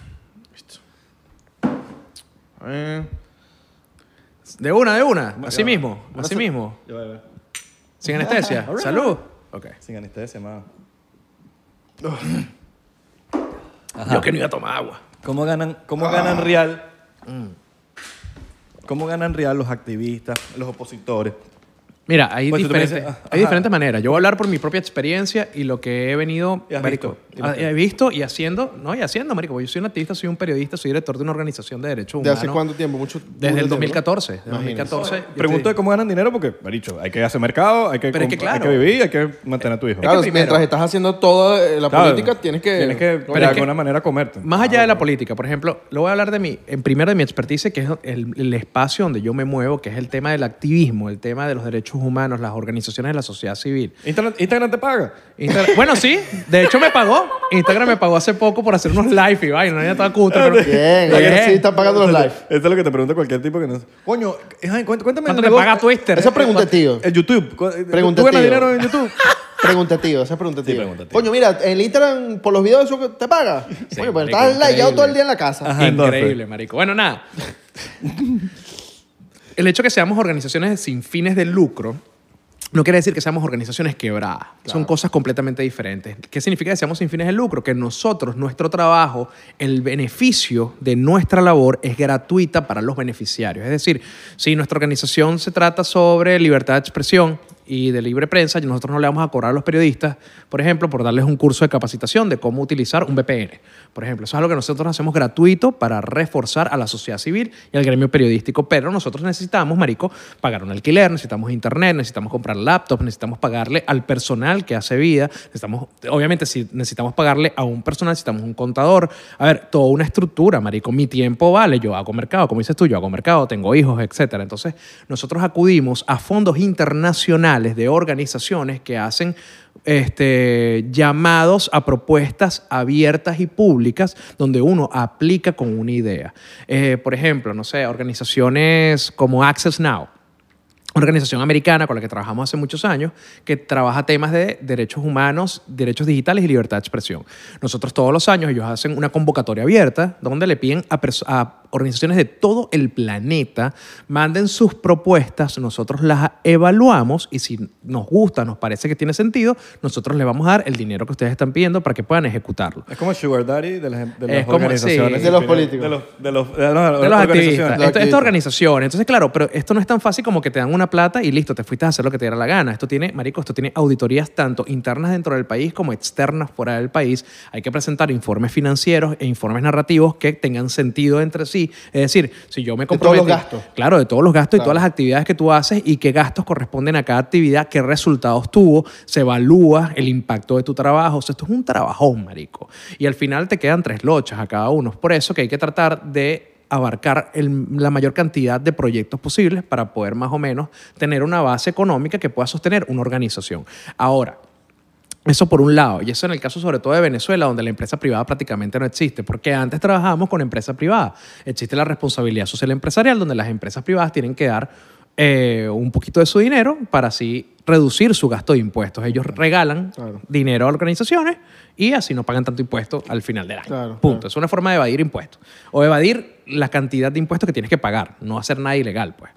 S4: Listo. A ver.
S3: De una, de una. Así mismo, así mismo.
S4: Ya va, ya va.
S3: Sin anestesia.
S1: Ah,
S3: Salud. Ok.
S1: Sin anestesia, mano.
S3: Yo que no iba a tomar agua.
S1: ¿Cómo ganan, cómo
S4: Ah.
S1: ganan real? Mm. ¿Cómo ganan real los activistas, los opositores?
S3: Mira, hay,
S1: Pues tú también
S3: diferentes,
S1: dices, ah,
S3: hay
S1: ajá.
S3: diferentes maneras. Yo voy a hablar por mi propia experiencia y lo que he venido...
S1: Y has
S3: marico,
S1: visto, y lo
S3: ah,
S1: que-
S3: he visto y haciendo... No, y haciendo, marico. porque Yo soy un activista, soy un periodista, soy director de una organización de derechos
S2: ¿De
S3: humanos.
S2: hace cuánto tiempo? Mucho,
S3: Desde el
S2: mucho tiempo, ¿no?
S3: 2014. Desde
S2: Imagínense.
S3: 2014. yo te
S1: Pregunto de
S3: digo.
S1: cómo ganan dinero porque, maricho, hay que hacer mercado, hay que,
S3: Pero es que
S1: comp- hay
S3: claro.
S1: vivir, hay que mantener a tu hijo.
S2: Claro,
S3: primero-
S2: mientras estás haciendo toda eh, la
S1: Claro,
S2: política, tienes que...
S1: Tienes que,
S2: Coño,
S1: de
S3: es que-
S1: alguna manera, comerte.
S3: Más allá de la política, por ejemplo, lo voy a hablar de mi, en primero de mi expertise, que es el, el espacio donde yo me muevo, que es el tema del activismo, el tema de los derechos humanos, las organizaciones de la sociedad civil.
S1: Instagram, Instagram te paga.
S3: Instagram- Bueno, sí. De hecho, me pagó. Instagram me pagó hace poco por hacer unos live y vaina. Ya estaba cutre, pero...
S2: Bien, ayer sí están pagando los live.
S1: Esto es lo que te pregunta cualquier tipo que no. Coño, eh, ay, cuént- cuéntame.
S3: ¿Cuánto
S1: el
S3: te
S1: negocio-
S3: paga Twitter?
S2: Eso pregunta, tío.
S1: En YouTube. ¿Cu- eh,
S2: Pregunta,
S1: ¿Tú ganas
S2: tío.
S1: dinero en YouTube?
S2: Preguntativo, esa es preguntativa.
S1: Sí, preguntativa.
S2: Coño, mira, el Instagram por los videos de eso te paga.
S3: Sí,
S2: Coño, pero
S3: marico,
S2: estás layado
S3: increíble.
S2: todo el día en la casa.
S1: Ajá, entonces.
S3: Increíble, marico. Bueno, nada. El hecho de que seamos organizaciones sin fines de lucro no quiere decir que seamos organizaciones quebradas. Son cosas completamente diferentes. ¿Qué significa que seamos sin fines de lucro? Que nosotros, nuestro trabajo, el beneficio de nuestra labor es gratuita para los beneficiarios. Es decir, si nuestra organización se trata sobre libertad de expresión y de libre prensa, nosotros no le vamos a cobrar a los periodistas, por ejemplo, por darles un curso de capacitación de cómo utilizar un VPN. Por ejemplo, eso es algo que nosotros hacemos gratuito para reforzar a la sociedad civil y al gremio periodístico, pero nosotros necesitamos, marico, pagar un alquiler, necesitamos internet, necesitamos comprar laptops, necesitamos pagarle al personal que hace vida, necesitamos, obviamente, si necesitamos pagarle a un personal, necesitamos un contador, a ver, toda una estructura, marico, mi tiempo vale, yo hago mercado, como dices tú, yo hago mercado, tengo hijos, etcétera. Entonces, nosotros acudimos a fondos internacionales de organizaciones que hacen este, llamados a propuestas abiertas y públicas donde uno aplica con una idea. Eh, por ejemplo, no sé, organizaciones como Access Now organización americana con la que trabajamos hace muchos años, que trabaja temas de derechos humanos, derechos digitales y libertad de expresión. Nosotros todos los años ellos hacen una convocatoria abierta donde le piden a, perso- a organizaciones de todo el planeta, manden sus propuestas, nosotros las evaluamos y si nos gusta, nos parece que tiene sentido, nosotros les vamos a dar el dinero que ustedes están pidiendo para que puedan ejecutarlo.
S1: Es como Sugar Daddy de las, de
S3: Es
S1: las
S3: como-
S1: organizaciones.
S3: sí.
S2: De los políticos.
S1: De los, de los, de- no, de las
S3: de los activistas.
S1: organizaciones.
S2: Los
S3: Esto-
S2: activistas.
S3: Estas organizaciones. Entonces, claro, pero esto no es tan fácil como que te dan una plata y listo, te fuiste a hacer lo que te diera la gana. Esto tiene, marico, esto tiene auditorías tanto internas dentro del país como externas fuera del país. Hay que presentar informes financieros e informes narrativos que tengan sentido entre sí. Es decir, si yo me
S2: De todos
S3: comprometo...
S2: los gastos.
S3: Claro, de todos los gastos y
S2: Claro.
S3: todas las actividades que tú haces y qué gastos corresponden a cada actividad, qué resultados tuvo, se evalúa el impacto de tu trabajo. O sea, esto es un trabajón, marico. Y al final te quedan tres lochas a cada uno. Es por eso que hay que tratar de abarcar el- la mayor cantidad de proyectos posibles para poder más o menos tener una base económica que pueda sostener una organización. Ahora, eso por un lado, y eso en el caso sobre todo de Venezuela, donde la empresa privada prácticamente no existe, porque antes trabajábamos con empresa privada. Existe la responsabilidad social empresarial, donde las empresas privadas tienen que dar eh, un poquito de su dinero para así reducir su gasto de impuestos. Ellos regalan
S2: Claro.
S3: dinero a organizaciones y así no pagan tanto impuesto al final del año.
S2: Claro,
S3: Punto.
S2: claro.
S3: Es una forma de evadir impuestos. O evadir la cantidad de impuestos que tienes que pagar, no hacer nada ilegal, pues.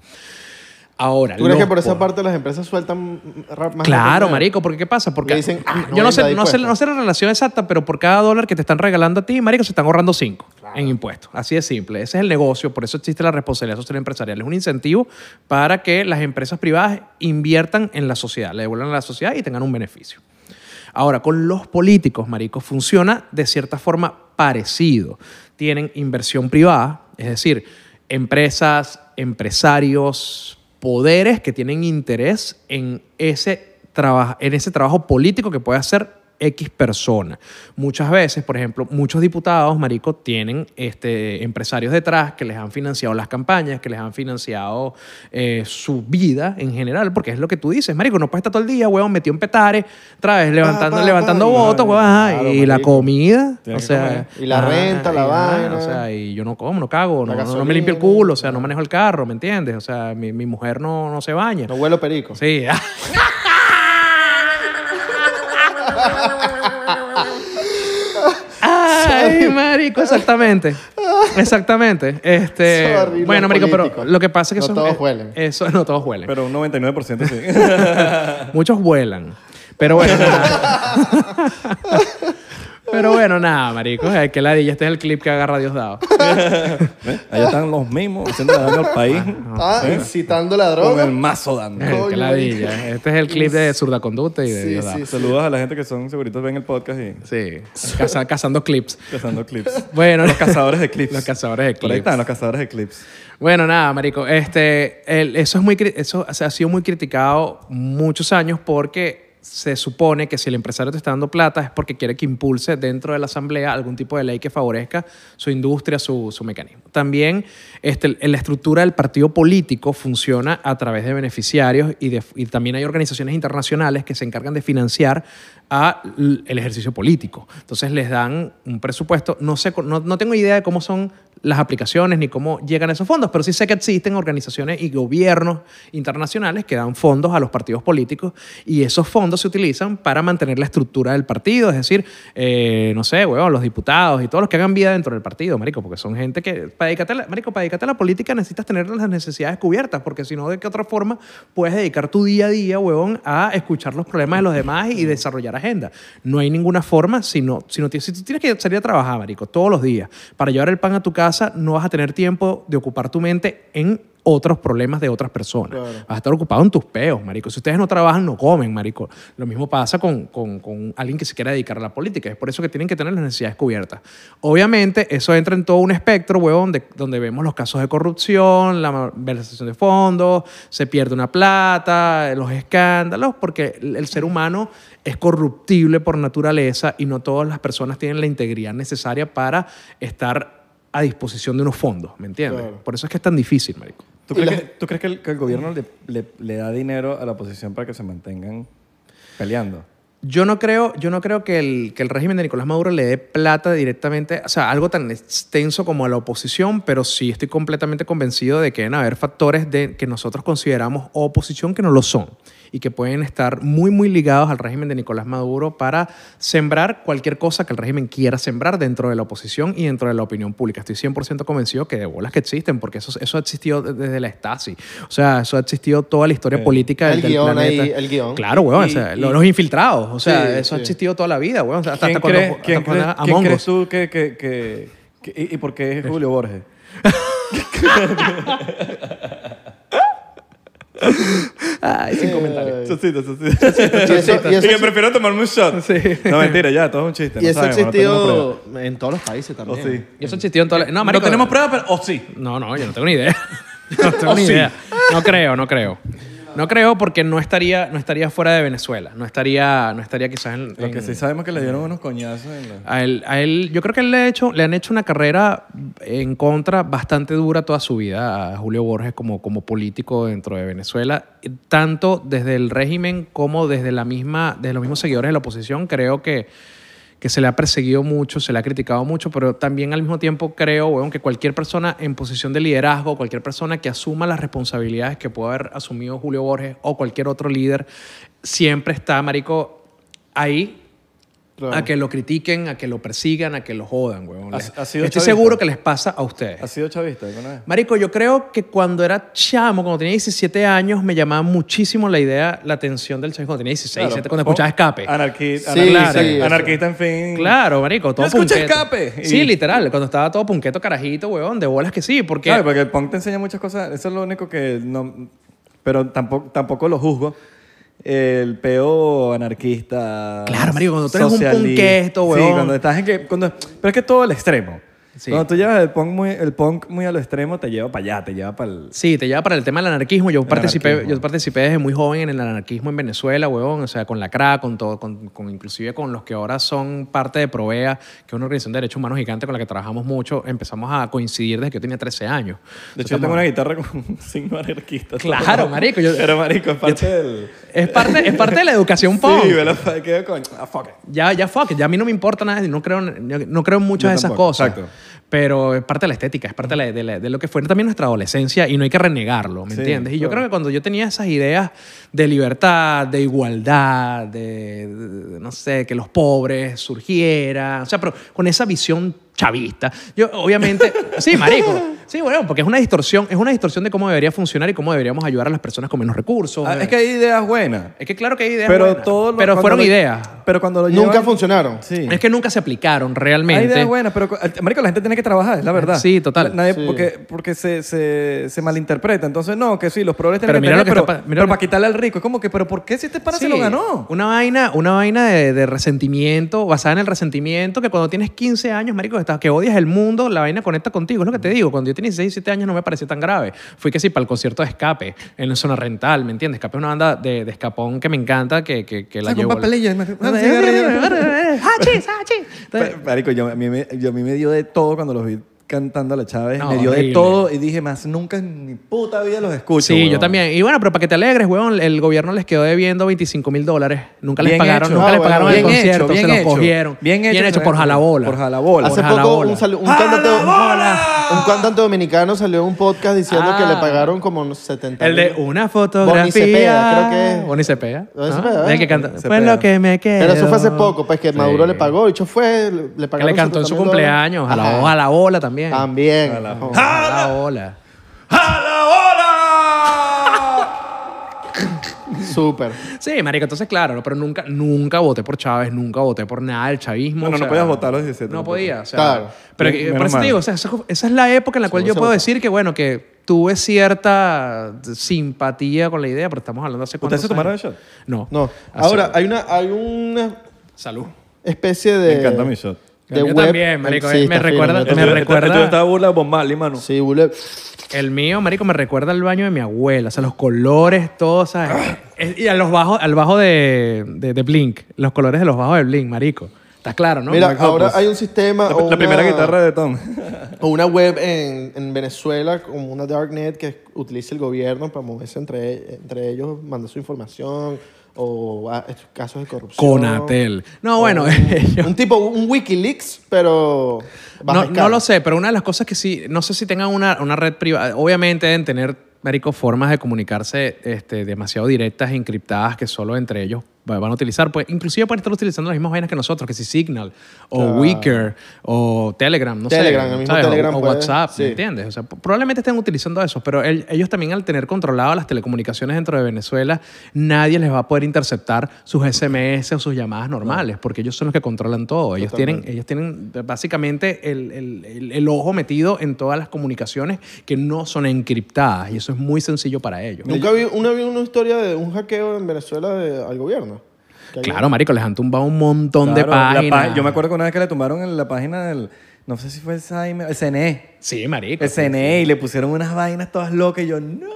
S3: Ahora,
S2: ¿Tú crees que
S3: los
S2: por esa
S3: po-
S2: parte las empresas sueltan rap- más
S3: Claro,
S2: rápido?
S3: marico, porque ¿qué pasa? Porque
S2: Le dicen, ah,
S3: yo
S2: 90
S3: no sé,
S2: de
S3: no, sé,
S2: impuestos.
S3: no sé la relación exacta, pero por cada dólar que te están regalando a ti, marico, se están ahorrando 5 en impuestos. Así de simple. Ese es el negocio, por eso existe la responsabilidad social empresarial. Es un incentivo para que las empresas privadas inviertan en la sociedad, le devuelvan a la sociedad y tengan un beneficio. Ahora, con los políticos, marico, funciona de cierta forma parecido. Tienen inversión privada, es decir, empresas, empresarios, poderes que tienen interés en ese, traba- en ese trabajo político que puede hacer X persona. Muchas veces, por ejemplo, muchos diputados, marico, tienen este, empresarios detrás que les han financiado las campañas, que les han financiado eh, su vida en general, porque es lo que tú dices, marico, no puedes estar todo el día, huevón, metido en petares, otra vez levantando,
S1: Ah,
S2: pa,
S3: levantando
S2: pa,
S3: votos,
S2: claro,
S3: huevón, ajá,
S2: claro,
S3: y la
S2: marico.
S3: comida, o
S1: Tienes que
S3: sea, ah,
S1: comer.
S2: Y la renta, la
S3: y
S2: vaina.
S3: o sea, y yo no como, no cago, no,
S2: La
S3: no- no me limpio el
S2: gasolina,
S3: culo, o sea, no manejo el carro, ¿me entiendes? O sea, mi, mi mujer no, no se baña.
S2: No huelo perico.
S3: Sí. Ay, marico, exactamente. Exactamente. Este,
S2: Sorry, los
S3: bueno, marico, pero
S2: políticos.
S3: lo que pasa es que
S2: No
S3: eso-
S2: todos huelen.
S3: Eso, no todos huelen.
S1: Pero un 99% sí.
S3: Muchos vuelan. Pero bueno, nada. Pero bueno, nada, marico. Ay, qué ladilla. Este es el clip que agarra Diosdado.
S1: ¿Ves? Allá están los mismos haciendo daño al país
S2: Ah, incitando la
S1: con el
S2: droga.
S1: mazo dando.
S3: Ay, Qué
S2: Coño,
S3: ladilla. Este es el clip de Zurda Conducta y de
S2: Sí,
S3: Diosdado.
S2: sí, sí.
S1: Saludos a la gente que son seguritos ven el podcast y
S3: Sí. Caza- cazando clips.
S1: cazando clips.
S3: Bueno,
S1: Los cazadores de clips.
S3: Los cazadores de
S1: Por ahí
S3: clips.
S1: están los cazadores de clips.
S3: Bueno, nada, marico. Este, el- eso es muy, cri- eso ha sido muy criticado muchos años porque se supone que si el empresario te está dando plata es porque quiere que impulse dentro de la asamblea algún tipo de ley que favorezca su industria, su, su mecanismo. También este, la estructura del partido político funciona a través de beneficiarios y, de- y también hay organizaciones internacionales que se encargan de financiar a l- el ejercicio político. Entonces les dan un presupuesto. No, sé, co- no, no tengo idea de cómo son las aplicaciones ni cómo llegan esos fondos, pero sí sé que existen organizaciones y gobiernos internacionales que dan fondos a los partidos políticos y esos fondos fondos se utilizan para mantener la estructura del partido, es decir, eh, no sé, weón, los diputados y todos los que hagan vida dentro del partido, marico, porque son gente que, para dedicarte, a la, marico, para dedicarte a la política necesitas tener las necesidades cubiertas, porque si no, ¿de qué otra forma puedes dedicar tu día a día, weón, a escuchar los problemas de los demás y desarrollar agenda? No hay ninguna forma, si no, si, no ti- si tú tienes que salir a trabajar, marico, todos los días, para llevar el pan a tu casa, no vas a tener tiempo de ocupar tu mente en otros problemas de otras personas.
S2: Claro.
S3: Vas a estar ocupado en tus peos, marico. Si ustedes no trabajan, no comen, marico. Lo mismo pasa con, con- con alguien que se quiera dedicar a la política. Es por eso que tienen que tener las necesidades cubiertas. Obviamente, eso entra en todo un espectro, huevón, de- donde vemos los casos de corrupción, la malversación de fondos, se pierde una plata, los escándalos, porque el, el ser humano es corruptible por naturaleza y no todas las personas tienen la integridad necesaria para estar a disposición de unos fondos, ¿me entiendes?
S2: Claro.
S3: Por eso es que es tan difícil, marico.
S1: ¿Tú
S2: Y
S1: crees,
S2: la-
S1: que, tú crees que el, que el gobierno le, le- le da dinero a la oposición para que se mantengan peleando?
S3: Yo no creo, yo no creo que, el, que el régimen de Nicolás Maduro le dé plata directamente, o sea, algo tan extenso como a la oposición, pero sí estoy completamente convencido de que deben haber factores de, que nosotros consideramos oposición que no lo son y que pueden estar muy, muy ligados al régimen de Nicolás Maduro para sembrar cualquier cosa que el régimen quiera sembrar dentro de la oposición y dentro de la opinión pública. Estoy 100% convencido que de bolas que existen, porque eso, eso ha existido desde la Stasi. O sea, eso ha existido toda la historia
S1: Eh,
S3: política del,
S2: el
S3: del
S2: guión ahí,
S3: planeta.
S2: el guión.
S3: Claro, weón. o
S1: Y-
S3: sea,
S1: y-
S3: lo- los infiltrados. O sea,
S2: Sí,
S3: eso ha
S2: sí.
S3: existido toda la vida, weón. O sea, hasta,
S1: ¿Quién
S3: hasta cuando,
S1: crees-
S3: hasta
S1: quién
S3: cuando
S1: crees-
S3: Among
S1: quién crees
S3: Us.
S1: tú que... que- que- que- y, y por qué es Julio Borges?
S3: Ay,
S2: eh,
S3: sin comentarios.
S1: Chocito, chocito.
S2: Y eso, y
S1: Y
S2: eso
S1: que
S2: exi-
S1: prefiero tomarme un shot. No, mentira, ya, todo es un chiste.
S2: y
S1: no
S2: eso ha
S1: sabemos, no tenemos pruebas.
S2: existido en todos los países
S1: O
S2: también.
S1: sí.
S3: Y eso existió en toda la... No, marico,
S1: no tenemos pruebas, pero... O sí.
S3: No, no, yo no tengo ni idea. No tengo ni
S1: sí.
S3: idea. No creo, no creo. No creo porque no estaría, no estaría fuera de Venezuela. No estaría, no estaría quizás en...
S1: Lo que
S3: en-
S1: sí sabemos es que le dieron unos coñazos en la...
S3: A él, a él- yo creo que él le, ha hecho, le han hecho una carrera en contra bastante dura toda su vida a Julio Borges como, como político dentro de Venezuela, tanto desde el régimen como desde, la misma, desde los mismos seguidores de la oposición. Creo que, que se le ha perseguido mucho, se le ha criticado mucho, pero también al mismo tiempo creo, weón, que cualquier persona en posición de liderazgo, cualquier persona que asuma las responsabilidades que puede haber asumido Julio Borges o cualquier otro líder, siempre está, marico, ahí
S2: Claro.
S3: a que lo critiquen, a que lo persigan, a que lo jodan, weón.
S1: Ha-
S3: Les-
S1: ha sido
S3: Estoy
S1: chavista.
S3: seguro que les pasa a
S1: ¿Ha
S3: ustedes.
S1: sido chavista alguna vez?
S3: Marico, yo creo que cuando era chamo, cuando tenía 17 años, me llamaba muchísimo la idea, la atención del chavismo. Cuando tenía 16, 17, cuando escuchaba Escape.
S1: Anarquista,
S2: Sí,
S1: anarquista,
S2: sí, eso.
S1: anarquista, en fin.
S3: Claro, marico, todo
S1: Yo escuché
S3: punqueto.
S1: Escape.
S3: Sí,
S1: Y-
S3: literal, cuando estaba todo punqueto, carajito, weón, de bolas que sí, porque...
S1: Claro, porque el punk te enseña muchas cosas. Eso es lo único que no... Pero tampoco, tampoco lo juzgo. El peo anarquista.
S3: Claro, marico, cuando tú eres un
S1: socialista.
S3: punkesto,
S1: Sí,
S3: huevón.
S1: cuando estás en que. Cuando, pero es que todo al extremo.
S3: Sí.
S1: Cuando tú llevas el punk, muy, el punk muy a lo extremo, te lleva para allá, te lleva para el.
S3: Sí, te lleva para el tema del anarquismo. Yo,
S1: El
S3: participé,
S1: anarquismo.
S3: yo participé desde muy joven en el anarquismo en Venezuela, huevón. O sea, con la CRA, con todo, con, con inclusive con los que ahora son parte de Provea, que es una organización de derechos humanos gigante con la que trabajamos mucho. Empezamos a coincidir desde que yo tenía 13 años.
S1: De hecho, yo tengo una guitarra con un signo anarquista.
S3: Claro, marico, yo-
S1: Pero, marico, es parte del.
S3: Es parte, es parte de la educación punk.
S1: Sí, velo, ¿qué coño? Ah, fuck it.
S3: ya, ya fuck, it, ya a mí no me importa nada, no creo, en- no creo en muchas
S1: Yo
S3: de esas
S1: tampoco,
S3: cosas.
S1: exacto.
S3: Pero es parte de la estética, es parte de, la- de la- de lo que fue también nuestra adolescencia y no hay que renegarlo, ¿me
S1: Sí,
S3: entiendes? Y yo
S1: claro.
S3: creo que cuando yo tenía esas ideas de libertad, de igualdad, de, de- no sé, que los pobres surgieran, o sea, pero con esa visión chavista, yo obviamente, sí, marico, sí, bueno, porque es una distorsión, es una distorsión de cómo debería funcionar y cómo deberíamos ayudar a las personas con menos recursos. eh.
S1: Ah, es que hay ideas buenas.
S3: es que claro que hay ideas,
S1: Pero,
S3: buenas,
S1: todo lo-
S3: pero
S1: cuando
S3: fueron
S1: lo-
S3: ideas.
S1: Pero cuando lo
S2: Nunca
S1: llevan-
S2: funcionaron.
S1: Sí.
S3: Es que nunca se aplicaron realmente.
S1: Hay ideas buenas, pero eh, marico, la gente tiene que trabajar, es la verdad.
S3: Sí, total.
S1: Nadie-
S2: Sí.
S1: Porque, porque se, se, se malinterpreta. Entonces, no, que sí, los progres tienen
S3: Pero
S1: que
S3: mira lo
S1: tener,
S3: que
S1: pero,
S3: está pa- mira
S1: pero
S3: lo que-
S1: para quitarle al rico. Es como que, ¿pero por qué si este para se
S3: Sí,
S1: lo ganó?
S3: Una vaina, una vaina de, de resentimiento, basada en el resentimiento, que cuando tienes 15 años, marico, estás, que odias el mundo, la vaina conecta contigo. Es lo que te
S1: Mm.
S3: digo. Cuando yo tenía 16, 17 años no me parecía tan grave. Fui que sí, para el concierto de Escape, en la zona rental, ¿me entiendes? Escape es una banda de, de escapón que me encanta, que, que, que la Ah,
S1: Saca un
S3: llevo...
S1: papelillo y me- un cigarrillo.
S3: Hachis, hachis. Entonces,
S1: Pa- Marico, yo, a mí me, yo a mí me dio de todo cuando los vi cantando a la Chávez.
S3: No,
S1: me dio de
S3: horrible.
S1: todo y dije, más nunca en mi puta vida los escucho.
S3: Sí, yo
S1: huevón".
S3: también. Y bueno, pero para que te alegres, weón, el gobierno les quedó debiendo 25 mil dólares. Nunca les
S1: Bien
S3: pagaron,
S1: hecho.
S3: nunca
S2: Ah,
S3: les
S2: bueno,
S3: pagaron
S2: bien
S3: el
S1: hecho,
S3: concierto,
S1: bien
S3: se lo
S1: hecho.
S3: cogieron.
S1: Bien hecho,
S3: por jalabola.
S1: por jalabola.
S3: Por
S2: Hace poco
S3: jalabola.
S2: un, sal- un
S1: ¡A
S2: cantante,
S1: la bola!
S2: un cantante dominicano salió en un podcast diciendo
S3: Ah.
S2: que le pagaron como 70
S3: El de
S2: mil.
S3: una fotografía.
S2: Bonnie Cepeda, creo que es.
S3: Bonnie Cepeda.
S2: Bonnie
S3: Ah,
S2: Cepeda,
S3: del
S2: ¿eh?
S3: que canta.
S1: Bonnie
S3: Pues
S1: Cepeda.
S3: lo que me quedó.
S2: Pero eso fue hace poco, pues que Maduro
S3: Sí.
S2: le pagó. Dicho fue, le- le
S3: Que
S2: pagaron.
S3: le cantó en su
S2: 70.000 dólares.
S3: cumpleaños. A la,
S2: Ajá.
S3: a la ola también.
S2: También.
S1: la
S2: Ajá.
S3: A la ola.
S1: ¡A la hora!
S2: Súper.
S3: Sí, marico, entonces claro, ¿no? pero nunca, nunca voté por Chávez, nunca voté por nada del chavismo.
S1: Bueno, no
S3: o sea,
S1: podías votar a los 17
S3: No
S1: tampoco.
S3: podía, o sea,
S2: Claro.
S3: Pero
S1: Men-
S3: que- por
S1: menos
S3: eso te
S1: mal.
S3: digo, o sea, esa, esa es la época en la cual
S2: Sí,
S3: yo
S2: se
S3: puedo
S2: votó.
S3: decir que, bueno, que tuve cierta simpatía con la idea, pero estamos hablando hace cuántos
S1: ¿Ustedes se tomaron el
S3: años?
S1: shot?
S3: No.
S2: No.
S3: Hace-
S2: Ahora, hay una, hay una
S3: Salud.
S2: especie de.
S1: Me encanta mi shot.
S2: De
S3: A mí
S2: web.
S3: también, marico, eh, me
S2: está fino, yo
S3: recuerda-
S1: Esto-
S3: Me
S1: esto-
S2: también.
S3: recuerda-
S1: Esto estaba burla de Bob Marley, mano.
S2: Sí, web.
S3: El mío, marico, me recuerda al baño de mi abuela. O sea, los colores, todo,
S1: Ah.
S3: ¿sabes? Es- y a los bajos, al bajo de, de, de Blink. Los colores de los bajos de Blink, marico. Está claro, ¿no? pues.
S2: Mira,
S1: Mike
S2: ahora
S1: Hoppus.
S2: hay un sistema.
S1: La,
S2: o
S1: la primera
S2: una-
S1: guitarra de Tom.
S2: O una web en, en Venezuela, como una darknet que utiliza el gobierno para moverse entre, entre ellos, mandar su información o a- estos casos de corrupción.
S3: Conatel. No,
S2: O
S3: bueno,
S2: Un,
S3: yo-
S2: un tipo, un Wikileaks, pero. baja
S3: No,
S2: escala.
S3: no lo sé, pero una de las cosas que sí, no sé si tengan una, una red privada, obviamente deben tener, marico, formas de comunicarse este, demasiado directas, e encriptadas, que solo entre ellos va- van a utilizar, pues inclusive pueden estar utilizando las mismas vainas que nosotros, que si Signal, o
S2: Claro.
S3: Wicker, o Telegram, no
S2: Telegram,
S3: sé,
S2: el mismo
S3: ¿sabes? O-
S2: Telegram
S3: o,
S2: puede-
S3: WhatsApp,
S2: sí.
S3: ¿me entiendes? O sea, p- probablemente estén utilizando eso, pero el- ellos también al tener controlado las telecomunicaciones dentro de Venezuela, nadie les va a poder interceptar sus SMS o sus llamadas normales, porque ellos son los que controlan todo. Ellos tienen, ellos tienen básicamente el, el- el- el ojo metido en todas las comunicaciones que no son encriptadas y eso es muy sencillo para ellos.
S2: Nunca vi una, vi una historia de un hackeo en Venezuela de- al gobierno. Que
S3: Claro, marico, les han tumbado un montón de
S1: Claro, la
S3: páginas.
S1: pa- Yo me acuerdo que una vez que le tumbaron en la página del. No sé si fue el Saime, el CNE.
S3: Sí, marico.
S1: El CNE y le pusieron unas vainas todas locas y yo, no.
S2: alguien-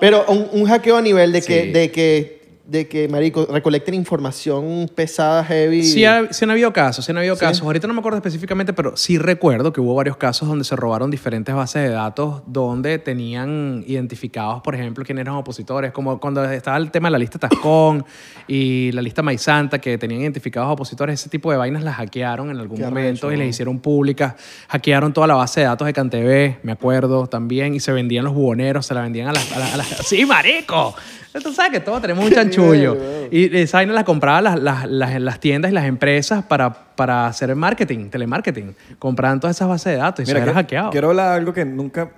S2: Pero un, un hackeo a nivel de que,
S3: Sí.
S2: de que, de que marico, recolecten información pesada, heavy.
S3: Sí, ha- sí han habido casos, sí han habido casos. Ahorita no me acuerdo específicamente, pero sí recuerdo que hubo varios casos donde se robaron diferentes bases de datos donde tenían identificados, por ejemplo, quiénes eran opositores, como cuando estaba el tema de la lista Tascón y la lista Maizanta, que tenían identificados opositores, ese tipo de vainas las hackearon en algún
S2: Qué
S3: momento
S2: arrecho,
S3: y les
S2: ¿no?
S3: hicieron públicas. Hackearon toda la base de datos de CanTV, me acuerdo también, y se vendían los buboneros, se la vendían a las... a la- a las- ¡Sí, marico! Tú sabes que todos tenemos un chanchullo. Y esa vaina la compraban las, las, las, las tiendas y las empresas para, para hacer marketing, telemarketing. Compraban todas esas bases de datos y se
S1: que-
S3: habían hackeado.
S1: Quiero hablar de algo que nunca.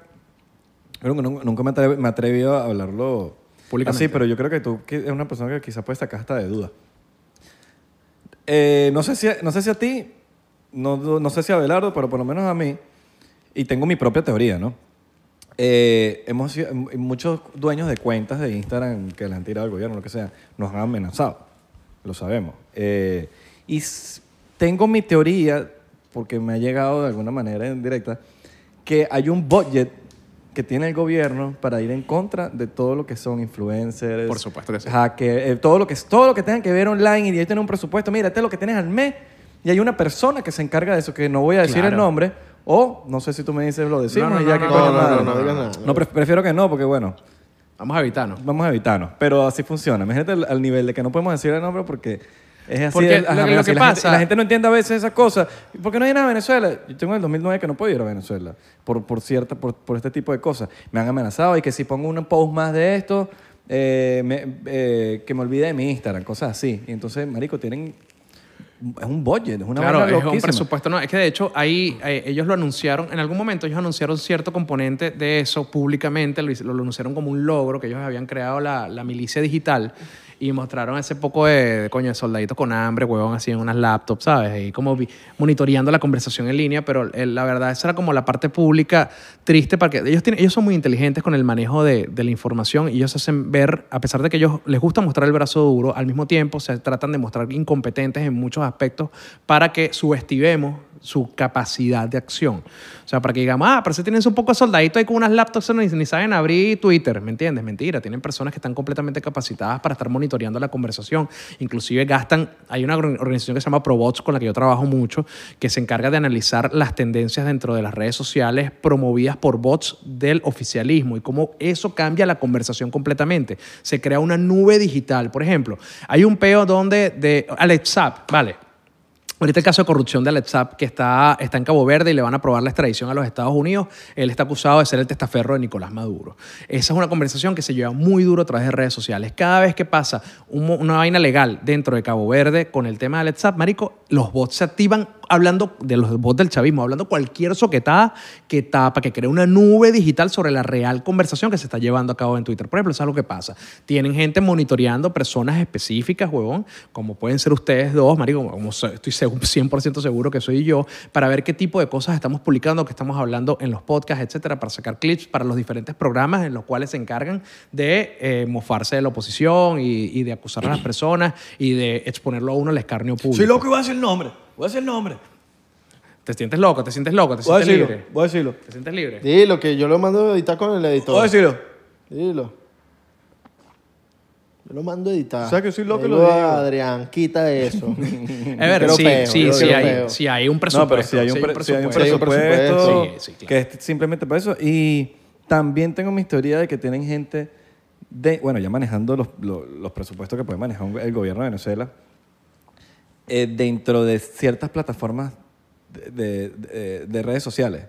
S1: Creo que nun- nunca me, atre- me he atrevido a hablarlo
S3: Públicamente.
S1: así, pero yo creo que tú que es una persona que quizás puede sacar hasta de duda. Eh, no, sé si, a- no sé si a ti, no, no sé si a Belardo, pero por lo menos a mí, y tengo mi propia teoría, ¿no? Eh, hemos sido- m- muchos dueños de cuentas de Instagram que le han tirado al gobierno, lo que sea, nos han amenazado. Lo sabemos. Eh, y s- tengo mi teoría, porque me ha llegado de alguna manera en directa, que hay un budget que tiene el gobierno para ir en contra de todo lo que son influencers.
S3: Por supuesto que sí.
S1: hacker, eh, todo, lo que, todo lo que tengan que ver online y ellos tienen un presupuesto. Mira, este es lo que tienes al mes. Y hay una persona que se encarga de eso, que no voy a decir el
S3: Claro.
S1: nombre. O, no sé si tú me dices, lo decimos
S3: No, no,
S1: y ya
S3: no,
S1: que
S3: no,
S1: coño
S2: no,
S1: madre.
S2: no, no, no digas nada.
S1: No, pref- prefiero que no, porque bueno,
S3: Vamos a evitarnos.
S1: vamos a evitarnos. Pero así funciona. Imagínate al, al nivel de que no podemos decir el nombre porque es así.
S3: Porque
S1: el-
S3: lo- lo
S1: mira,
S3: que
S1: si la
S3: pasa-
S1: gente- la gente no entiende a veces esas cosas. ¿Por qué no ir a Venezuela? Yo tengo el 2009 que no puedo ir a Venezuela por, por, cierta, por, por este tipo de cosas. Me han amenazado y que si pongo un post más de esto, eh, me- eh, que me olvide de mi Instagram, cosas así. Y entonces, marico, tienen... Es un budget, es una
S3: claro,
S1: vaina
S3: es un
S1: loquísima.
S3: presupuesto. No, es que de hecho ahí eh, ellos lo anunciaron, en algún momento ellos anunciaron cierto componente de eso públicamente, lo, hice- lo anunciaron como un logro que ellos habían creado la, la milicia digital y mostraron ese poco de, de, coño de soldaditos con hambre, huevón, así en unas laptops, ¿sabes? Ahí como vi- monitoreando la conversación en línea, pero eh, la verdad esa era como la parte pública triste porque ellos, tienen, ellos son muy inteligentes con el manejo de, de la información y ellos hacen ver, a pesar de que ellos les gusta mostrar el brazo duro, al mismo tiempo se tratan de mostrar incompetentes en muchos aspectos para que subestimemos su capacidad de acción. O sea, para que digamos, ah, pero si tienen un poco de soldadito ahí con unas laptops que ni, ni saben abrir Twitter, ¿me entiendes? Mentira, tienen personas que están completamente capacitadas para estar monitoreando la conversación. Inclusive gastan, hay una or- organización que se llama ProBots con la que yo trabajo mucho, que se encarga de analizar las tendencias dentro de las redes sociales promovidas por bots del oficialismo y cómo eso cambia la conversación completamente. Se crea una nube digital, por ejemplo. Hay un peo donde de Alexap, vale. Ahorita el caso de corrupción de Alexap, que está, está en Cabo Verde y le van a aprobar la extradición a los Estados Unidos. Él está acusado de ser el testaferro de Nicolás Maduro. Esa es una conversación que se lleva muy duro a través de redes sociales. Cada vez que pasa un mo- una vaina legal dentro de Cabo Verde con el tema de Alexap, marico, los bots se activan hablando de los bots del chavismo, hablando cualquier soquetada que tapa, que crea una nube digital sobre la real conversación que se está llevando a cabo en Twitter. Por ejemplo, eso es lo que pasa. Tienen gente monitoreando personas específicas, huevón, como pueden ser ustedes dos, marico, como so- estoy segu- 100% seguro que soy yo, para ver qué tipo de cosas estamos publicando, qué estamos hablando en los podcasts, etcétera, para sacar clips para los diferentes programas en los cuales se encargan de eh, mofarse de la oposición y, y de acusar a las personas y de exponerlo a uno al escarnio público.
S1: Soy loco y voy a decir el nombre. Voy a decir el nombre.
S3: Te sientes loco, te sientes loco,
S1: Voy
S3: te
S1: a
S3: sientes
S1: decirlo.
S3: libre.
S1: Voy a decirlo.
S3: Te sientes libre.
S2: Dilo, que yo lo mando a editar con el editor.
S3: Oh,
S1: Voy a decirlo.
S2: Dilo. Yo lo mando a editar.
S1: O sea, que soy loco y
S2: Le
S1: lo
S2: digo a
S1: digo.
S2: Adrián, quita eso.
S3: Es ver,
S2: Creo
S3: sí,
S2: feo,
S3: sí,
S2: yo
S3: sí,
S2: creo
S3: hay,
S2: feo.
S3: sí hay un presupuesto.
S1: No, pero si hay un, pre- si hay un
S2: presupuesto. Sí, hay un
S1: presupuesto
S3: presupuesto. Sí, sí, claro.
S1: que es simplemente para eso. Y también tengo mi teoría de que tienen gente, de, bueno, ya manejando los, lo- los presupuestos que puede manejar un- el gobierno de Venezuela, eh, dentro de ciertas plataformas de, de- de- de redes sociales.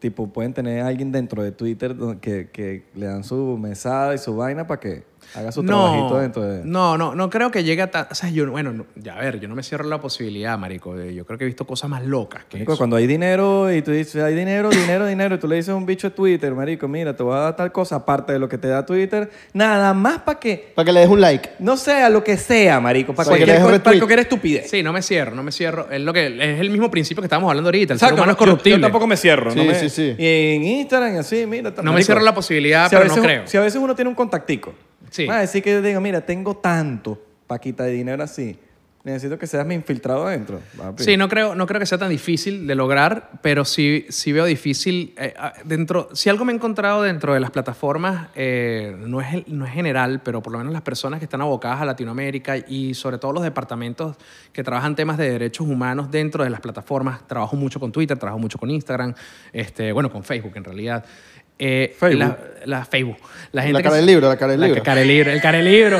S1: Tipo, pueden tener a alguien dentro de Twitter do- que, que le dan su mesada y su vaina para que haga su trabajito dentro de...
S3: No, no, no creo que llegue a tan... O sea, yo, bueno, no- ya a ver, yo no me cierro la posibilidad, marico. de- Yo creo que he visto cosas más locas
S1: Marico,
S3: que eso.
S1: Pues cuando hay dinero y tú dices, hay dinero, dinero, dinero, y tú le dices a un bicho de Twitter, marico, mira, te voy a dar tal cosa aparte de lo que te da Twitter, nada más para que,
S2: Para que le des un like.
S1: no sea lo que sea, marico, para
S2: Sí, que
S1: cualquier,
S2: le dejes
S1: co- para
S2: retweet.
S1: cualquier estupidez.
S3: Sí, no me cierro, no me cierro. Es, lo que, es el mismo principio que estábamos hablando ahorita. El
S1: Exacto,
S3: ser humano es
S1: yo-
S3: corruptible.
S1: Yo, tampoco me cierro. no
S2: Sí,
S1: me-
S2: sí, sí.
S1: Y en Instagram, y así, mira. tal,
S3: No me
S1: marico,
S3: cierro la posibilidad,
S1: a
S3: pero no
S1: veces-
S3: creo.
S1: Si a veces uno tiene un contactico,
S3: Sí.
S1: va a decir que yo digo, mira, tengo tanto paquita de dinero así, necesito que seas mi infiltrado adentro. papi.
S3: Sí, no creo, no creo que sea tan difícil de lograr, pero sí, sí veo difícil. eh, ah, dentro, si algo me he encontrado dentro de las plataformas, eh, no, es, el- no es general, pero por lo menos las personas que están abocadas a Latinoamérica y sobre todo los departamentos que trabajan temas de derechos humanos dentro de las plataformas. Trabajo mucho con Twitter, trabajo mucho con Instagram, este, bueno, con Facebook en realidad. Eh,
S1: Facebook.
S3: La, la Facebook. La, gente
S2: La
S3: que
S2: cara
S3: se-
S2: del libro, la cara del
S3: la
S2: libro.
S3: ca- cara del libro, el care libro.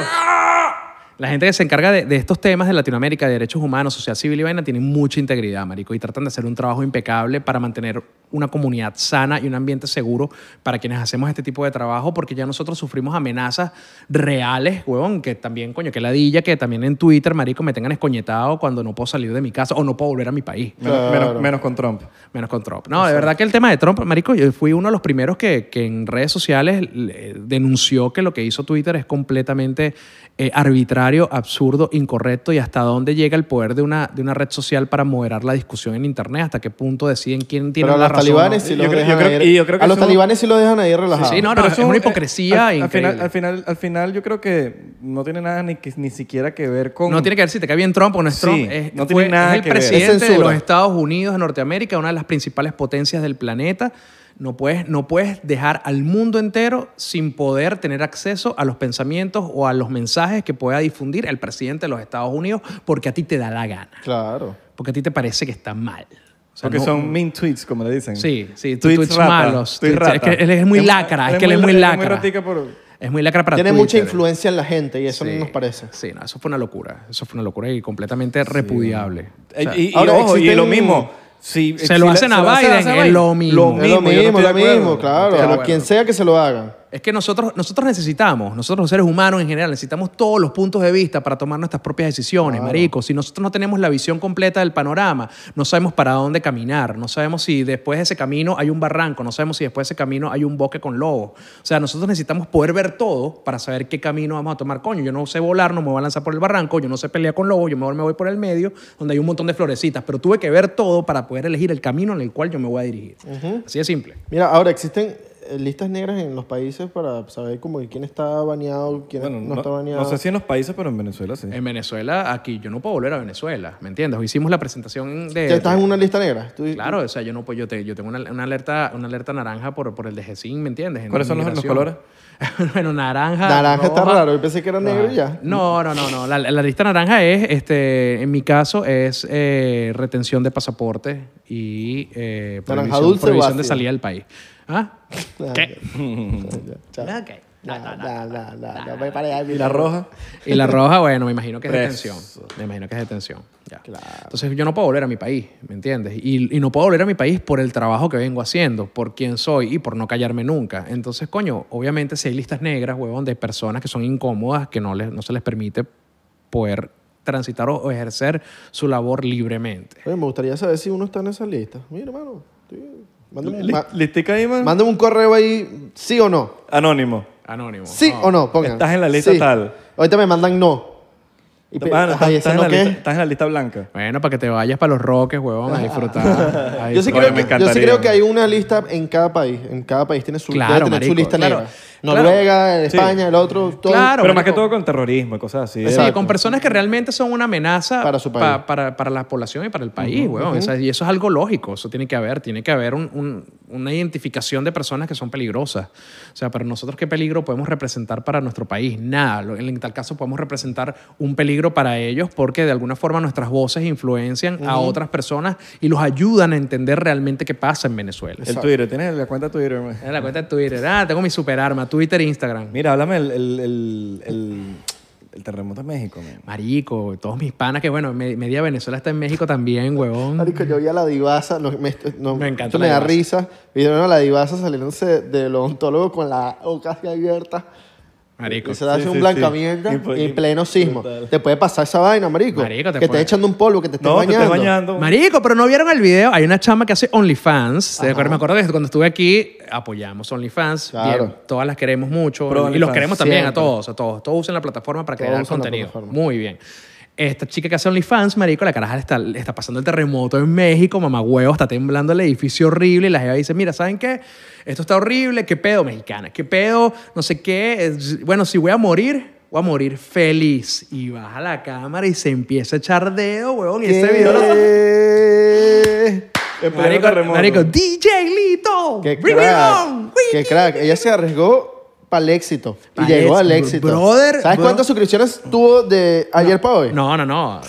S3: La gente que se encarga de, de estos temas de Latinoamérica, de derechos humanos, sociedad civil y vaina, tienen mucha integridad, marico, y tratan de hacer un trabajo impecable para mantener una comunidad sana y un ambiente seguro para quienes hacemos este tipo de trabajo, porque ya nosotros sufrimos amenazas reales, huevón, que también, coño, que ladilla, que también en Twitter, marico, me tengan escoñetado cuando no puedo salir de mi casa o no puedo volver a mi país.
S1: Menos,
S2: Claro.
S1: menos- menos con Trump.
S3: Menos con Trump. No, de verdad que el tema de Trump, marico, yo fui uno de los primeros que, que en redes sociales eh, denunció que lo que hizo Twitter es completamente eh, arbitrario, absurdo, incorrecto y hasta dónde llega el poder de una, de una red social para moderar la discusión en Internet, hasta qué punto deciden quién tiene
S2: Pero a
S3: la
S2: los
S3: razón.
S2: talibanes
S3: ¿no?
S2: sí
S1: Yo
S2: los
S1: creo- yo
S2: dejan
S1: creo- y
S2: ahí.
S1: yo creo que
S2: A los
S1: eso-
S2: talibanes sí los dejan ahí relajados.
S3: sí, no,
S1: Pero
S3: es
S1: eso
S3: una
S1: eh,
S3: hipocresía
S1: al- al, final,
S3: ah, increíble.
S1: al, final, al final yo creo que no tiene nada ni, que- ni siquiera que ver con...
S3: No tiene que ver si te cae bien Trump o no es
S1: Sí,
S3: Trump. Es,
S1: no tiene nada
S3: es el
S1: que ver.
S2: Es
S3: presidente de
S2: censura.
S3: los Estados Unidos de Norteamérica, una de las principales potencias del planeta. No puedes, no puedes dejar al mundo entero sin poder tener acceso a los pensamientos o a los mensajes que pueda difundir el presidente de los Estados Unidos porque a ti te da la gana,
S2: Claro.
S3: porque a ti te parece que está mal. O sea,
S1: Porque
S3: no-
S1: son mean tweets, como le dicen.
S3: Sí, sí,
S1: Tweets
S3: tweets
S1: rata,
S3: malos,
S1: tweets
S3: tweets- es
S1: rata.
S3: que él es muy lacra, es que él es muy lacra.
S1: ratica por-
S3: Es muy lacra para
S2: Tiene
S3: Twitter.
S2: mucha influencia en la gente y eso
S3: Sí.
S2: no nos parece.
S3: Sí, no, eso fue una locura. Eso fue una locura y completamente repudiable.
S1: Eh, y, y
S2: ahora
S1: ojo, y
S2: existen-
S1: lo mismo. Si,
S3: Se
S1: si
S3: lo
S1: le-
S3: hacen a
S1: lo hacen
S3: Biden, es lo mismo.
S1: Lo
S2: Es lo
S1: mismo, yo no
S2: mismo,
S1: estoy
S2: lo
S1: de acuerdo.
S2: mismo,
S1: No
S2: claro.
S1: estoy de
S2: A
S1: acuerdo.
S2: quien sea que se lo hagan.
S3: Es que nosotros, nosotros necesitamos, nosotros los seres humanos en general, necesitamos todos los puntos de vista para tomar nuestras propias decisiones, marico. Si nosotros no tenemos la visión completa del panorama, no sabemos para dónde caminar, no sabemos si después de ese camino hay un barranco, no sabemos si después de ese camino hay un bosque con lobos. O sea, nosotros necesitamos poder ver todo para saber qué camino vamos a tomar. Coño, yo no sé volar, no me voy a lanzar por el barranco, yo no sé pelear con lobos, yo mejor me voy por el medio, donde hay un montón de florecitas, pero tuve que ver todo para poder elegir el camino en el cual yo me voy a dirigir. Así de simple.
S2: Mira, ahora existen eh, listas negras en los países para saber como que quién está baneado, quién
S1: Bueno,
S2: no, está baneado.
S1: no sé si en los países, pero en Venezuela sí.
S3: En Venezuela, aquí, yo no puedo volver a Venezuela, ¿me entiendes? Hoy hicimos la presentación de...
S2: ¿Ya estás en una lista negra? Tú-
S3: Claro, o sea, yo no puedo, yo, te- yo tengo una, una alerta, una alerta naranja por, por el DGCIN, ¿me entiendes? En
S1: ¿Cuáles son los- los
S3: migración. bueno, naranja.
S2: Naranja está
S3: roja.
S2: raro, yo pensé que era negro y ya.
S3: No, no, no, no. La, la lista naranja es, este, en mi caso, es eh, retención de pasaporte y eh,
S2: Naranja
S3: prohibición,
S2: dulce o
S3: prohibición de
S2: ácido.
S3: salida del país. ¿Ah?
S2: Ah,
S3: ¿Qué?
S2: ya. Chao. No, no, no, no, no, me paré ahí,
S1: ¿Y la roja?
S3: Y la roja, bueno, me imagino que es
S1: Preso.
S3: detención. Me imagino que es detención. Ya.
S2: Claro.
S3: Entonces yo no puedo volver a mi país, ¿me entiendes? Y, y no puedo volver a mi país por el trabajo que vengo haciendo, por quién soy y por no callarme nunca. Entonces, coño, obviamente si hay listas negras, huevón, de personas que son incómodas, que no, les, no se les permite poder transitar o, o ejercer su labor libremente.
S2: Oye, me gustaría saber si uno está en esa lista. Mira, hermano, estoy- mándame, un-
S1: Li-
S2: ma-
S1: ¿Listica ahí, man?
S2: mándame un correo ahí, sí o no.
S1: Anónimo.
S3: Anónimo.
S2: Sí o no, pongan.
S1: Estás en la lista
S2: Sí.
S1: tal.
S2: Ahorita me mandan no. Y pe-
S1: Mano,
S2: ajá,
S1: estás,
S2: ¿y
S1: estás
S2: ese
S1: en
S2: no
S1: la
S2: qué?
S1: lista, estás en la lista blanca.
S3: Bueno, para que te vayas para los roques, huevón, a disfrutar. a
S2: Yo sí,
S1: Oye,
S2: creo
S1: me
S2: que, yo sí
S1: encantaría,
S2: creo que
S1: man.
S2: hay una lista en cada país. En cada país tiene su,
S3: Claro,
S2: debe tener
S3: marico,
S2: su lista
S3: claro.
S2: negra. Noruega, España, el otro, todo.
S3: Claro,
S1: pero más que
S3: marico.
S1: todo con terrorismo y cosas así.
S3: Sí,
S2: Exacto.
S3: con personas que realmente son una amenaza
S2: Para su país.
S3: para, para la población y para el país, weón. O sea, y eso es algo lógico, eso tiene que haber, tiene que haber un- un- una identificación de personas que son peligrosas. O sea, para nosotros, ¿qué peligro podemos representar para nuestro país? Nada, Lo- en tal caso podemos representar un peligro para ellos porque de alguna forma nuestras voces influencian a otras personas y los ayudan a entender realmente qué pasa en Venezuela.
S1: El Twitter, tienes la cuenta Twitter, man?
S3: En la cuenta de Twitter, ah, tengo mi superarma, Twitter e Instagram.
S1: Mira, háblame el, el, el, el, el terremoto en México, man.
S3: Marico, todos mis panas, que bueno, me- media Venezuela está en México también, huevón.
S2: Marico, yo vi a la divasa, no, me, no,
S3: Mm. Me encanta
S2: esto
S3: la
S2: me da
S3: divasa.
S2: risa. Vieron a la divasa saliéndose del odontólogo con la boca así abierta.
S3: Marico.
S2: Y se le hace
S1: Sí,
S2: un
S1: sí,
S2: blanca
S1: sí.
S2: mierda
S1: Y pues-
S2: en pleno sismo.
S1: Total.
S2: Te puede pasar esa vaina, marico.
S3: Marico, te
S2: que
S3: puede.
S2: estés echando un polvo, que te estés
S1: No, te
S2: bañando.
S1: estás bañando. man.
S3: Marico, pero no vieron el video. Hay una chama que hace OnlyFans. ¿Te acuerdas? Me acuerdo que cuando estuve aquí apoyamos OnlyFans.
S2: Claro.
S3: Bien, todas las queremos mucho.
S1: Pro
S3: y los
S1: OnlyFans,
S3: queremos también
S2: siempre.
S3: a todos, a todos. Todos usen la plataforma para
S2: Todos
S3: crear
S2: usan la
S3: contenido.
S2: plataforma.
S3: Muy bien. Esta chica que hace OnlyFans, marico, la caraja está, está pasando el terremoto en México, mamá huevo, está temblando el edificio horrible y la jeva dice, mira, ¿saben qué? Esto está horrible, qué pedo, mexicana, qué pedo, no sé qué. Es- Bueno, si voy a morir, voy a morir feliz. Y baja la cámara y se empieza a echar dedo, huevón, y ese Este video lo-
S2: ¿Qué?
S1: En pleno
S3: Marico,
S1: terremoto.
S3: marico, DJ Lito.
S2: ¡Qué
S3: bring it
S2: crack!
S3: on.
S2: ¡Qué crack! Ella se arriesgó para el éxito. Y
S3: Pa'l
S2: llegó
S3: éxito.
S2: al éxito.
S3: Brother,
S2: ¿Sabes
S3: bro-
S2: cuántas suscripciones tuvo de ayer para hoy?
S3: No, no, no.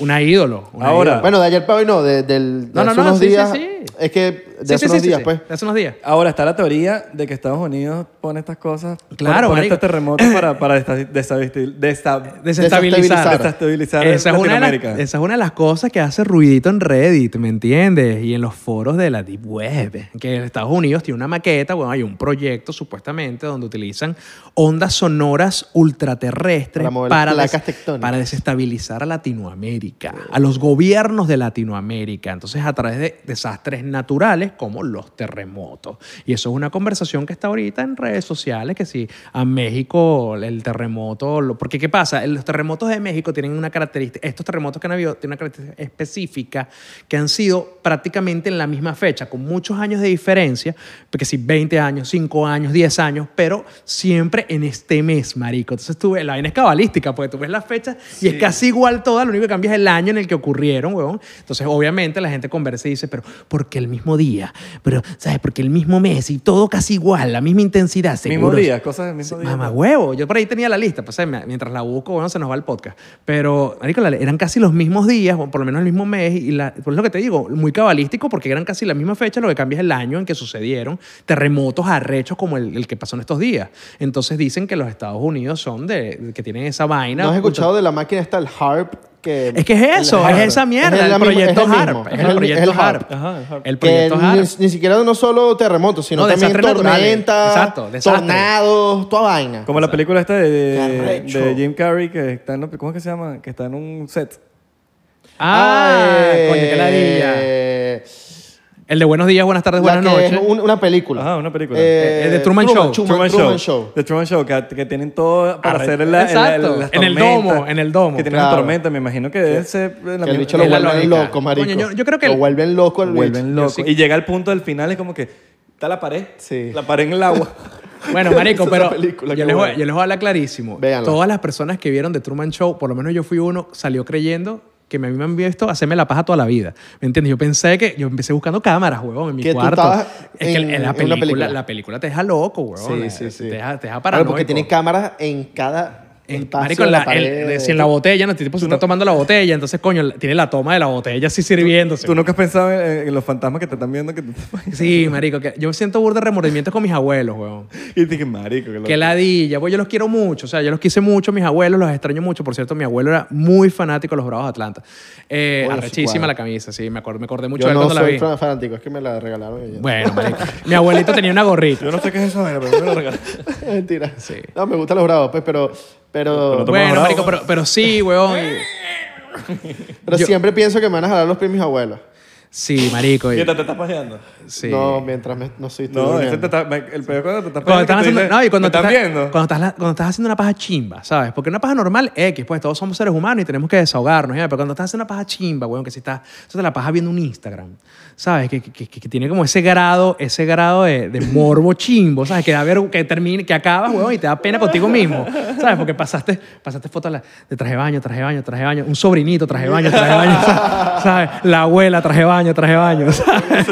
S3: Una ídolo. una
S1: Ahora.
S3: ídolo.
S2: Bueno, de ayer para hoy no, de, del, de
S3: No, no,
S2: hace
S3: no,
S2: unos
S3: sí, sí,
S2: días.
S3: sí.
S2: Es que de
S3: Sí,
S2: hace
S3: sí,
S2: unos
S3: sí,
S2: días,
S3: sí.
S2: pues.
S3: Hace unos días.
S1: Ahora está la teoría de que Estados Unidos pone estas cosas. Pone,
S3: Claro,
S1: pone
S3: marico.
S1: estos terremotos para, para desta- destabil- desta-
S3: Desestabilizar.
S1: Desestabilizar
S3: esa, es una de las,
S1: Latinoamérica.
S3: esa es una de las cosas que hace ruidito en Reddit, ¿me entiendes? Y en los foros de la Deep Web. Que en Estados Unidos tiene una maqueta, bueno, hay un proyecto supuestamente donde utilizan ondas sonoras ultraterrestres
S2: Para mover
S3: des-
S2: placas tectónicas.
S3: para desestabilizar a Latinoamérica, a los gobiernos de Latinoamérica. Entonces, a través de desastres naturales como los terremotos. Y eso es una conversación que está ahorita en redes sociales, que si a México el terremoto... lo- porque, ¿qué pasa? Los terremotos de México tienen una característica... Estos terremotos que han habido tienen una característica específica que han sido prácticamente en la misma fecha, con muchos años de diferencia, porque si 20 años, 5 años, 10 años, pero siempre en este mes, marico. Entonces tú ves, la vaina es cabalística, porque tú ves las fechas y es casi igual toda, lo único que cambia es el año en el que ocurrieron, huevón. Entonces obviamente la gente conversa y dice, pero ¿por qué el mismo día? Pero, ¿sabes? Porque el mismo mes y todo casi igual, la misma intensidad, seguro.
S1: Mismo día, cosas del mismo día.
S3: Mamá huevo, yo por ahí tenía la lista, pues, ¿sabes? mientras la busco, bueno, se nos va el podcast. Pero, marico, la- eran casi los mismos días, o por lo menos el mismo mes, y la, por lo que te digo, muy cabalístico, porque eran casi la misma fecha, lo que cambia es el año en que sucedieron terremotos arrechos como el, el que pasó en estos días. Entonces dicen que los Estados Unidos son de, que tienen esa vaina.
S2: ¿No has escuchado de la máquina esta, el harp? Que
S3: Es que es eso,
S2: el
S3: es
S2: harp.
S3: esa mierda,
S2: la
S3: el,
S2: misma-
S3: proyecto
S2: es el mismo,
S3: HARP. Es el proyecto HARP.
S1: Ajá, el HARP.
S3: El
S2: Que
S3: proyecto HARP.
S2: ni, ni siquiera no solo terremotos, sino
S3: No,
S2: también
S3: desastres naturales.
S2: tormentas,
S3: Exacto, desastres.
S2: tornados, toda vaina.
S1: Como la película esta de, de,
S2: Qué arrecho.
S1: de Jim Carrey que está en, ¿cómo es que se llama? Que está en un set.
S3: Ah,
S2: eh,
S3: coño, qué ladilla. El de buenos días, buenas tardes,
S2: La
S3: buenas
S2: que es
S3: noches.
S2: un- una película.
S1: Ajá, una película.
S3: Eh, de Truman Show.
S2: Truman, Truman Show.
S1: The Truman Show, que, que tienen todo para
S3: Arre-
S1: hacer la,
S3: Exacto.
S1: las
S3: En el
S1: tormentas,
S3: domo, en el domo.
S1: Que tienen una
S2: Claro.
S1: tormenta, me imagino que debe ser la
S2: Que el
S1: misma-
S2: bicho lo
S3: Es la
S2: vuelven
S3: lógica.
S2: loco, marico.
S3: Coño, yo- yo creo que
S2: Lo
S3: el-
S2: vuelven loco el
S1: vuelven
S2: bicho.
S1: loco.
S3: sí-
S1: Y llega el punto del final, es como que Está la pared.
S2: Sí.
S1: La pared en el agua.
S3: Bueno, marico,
S2: Esa
S3: pero
S2: película,
S3: yo,
S2: qué
S3: les voy,
S2: buena.
S3: yo les voy a hablar clarísimo.
S2: Véanla.
S3: Todas las personas que vieron The Truman Show, por lo menos yo fui uno, salió creyendo que a mí me han visto hacerme la paja toda la vida. ¿Me entiendes? Yo pensé que... Yo empecé buscando cámaras, huevón, en mi
S2: Que tú
S3: cuarto.
S2: estabas
S3: es que
S2: en- en
S3: la,
S2: una
S3: película,
S2: película.
S3: la película te deja loco, huevón. Eh,
S2: Sí, sí, sí.
S3: Te deja, te deja
S2: Claro,
S3: paranoico.
S2: porque tiene cámaras en cada
S3: En-
S2: espacio
S3: marico,
S2: de
S3: en la-
S2: la pared. eh,
S3: en- si en la botella, no, este tipo se está tomando la botella, entonces, coño, tiene la toma de la botella así sirviéndose.
S1: ¿Tú nunca has pensado en, en los fantasmas que te están viendo? Que te-
S3: Sí, marico, que yo siento burda de remordimiento con mis abuelos, huevón.
S1: y dije, marico. Que lo-
S3: Que ladilla, pues yo los quiero mucho, o sea, yo los quise mucho, mis abuelos los extraño mucho. Por cierto, mi abuelo era muy fanático de los Bravos de Atlanta. Eh,
S2: Bueno, sí,
S3: arrechísima
S2: cuadra.
S3: la camisa, sí, me, acuerdo, me acordé mucho
S2: Yo
S3: de él
S2: no
S3: cuando la vi.
S2: soy fan- fanático, es que me la regalaron. y ya.
S3: Bueno, marico, mi abuelito tenía una gorrita.
S1: Yo no sé qué es eso, pero me lo regalaron.
S2: Mentira.
S3: Sí.
S2: No, me gustan los bravos, pues, pero, pero,
S1: Pero-
S2: pero,
S3: Bueno,
S1: Bravo.
S3: marico, pero, pero sí, huevón. y- yo-
S2: siempre pienso que me van a jalar los primos abuelos.
S3: Sí, marico. y-
S1: Mientras te estás paseando.
S3: sí.
S2: No, mientras me- no soy tú.
S1: No,
S2: Daniel.
S1: ese te está, me- el peor cuando te estás paseando es
S3: Cuando estás
S1: que tú
S3: haciendo,
S1: dices,
S3: no, y cuando
S1: ¿me
S3: te
S1: están
S3: estás-
S1: viendo.
S3: Cuando estás, la- cuando estás haciendo una paja chimba, ¿sabes? Porque una paja normal, X, pues todos somos seres humanos y tenemos que desahogarnos, ¿ya? Pero cuando estás haciendo una paja chimba, weón, que si estás, eso te la paja viendo un Instagram, ¿sabes? Que, que, que- que tiene como ese grado, ese grado de, de morbo chimbo, ¿sabes? Que da ver, que termine, que acabas, weón, y te da pena contigo mismo, ¿sabes? Porque pasaste, pasaste fotos la- de traje de baño, traje de baño, traje de baño, un sobrinito, traje de baño, traje de baño, ¿sabes? La abuela, traje de baño, traje de baño, ¿sabes?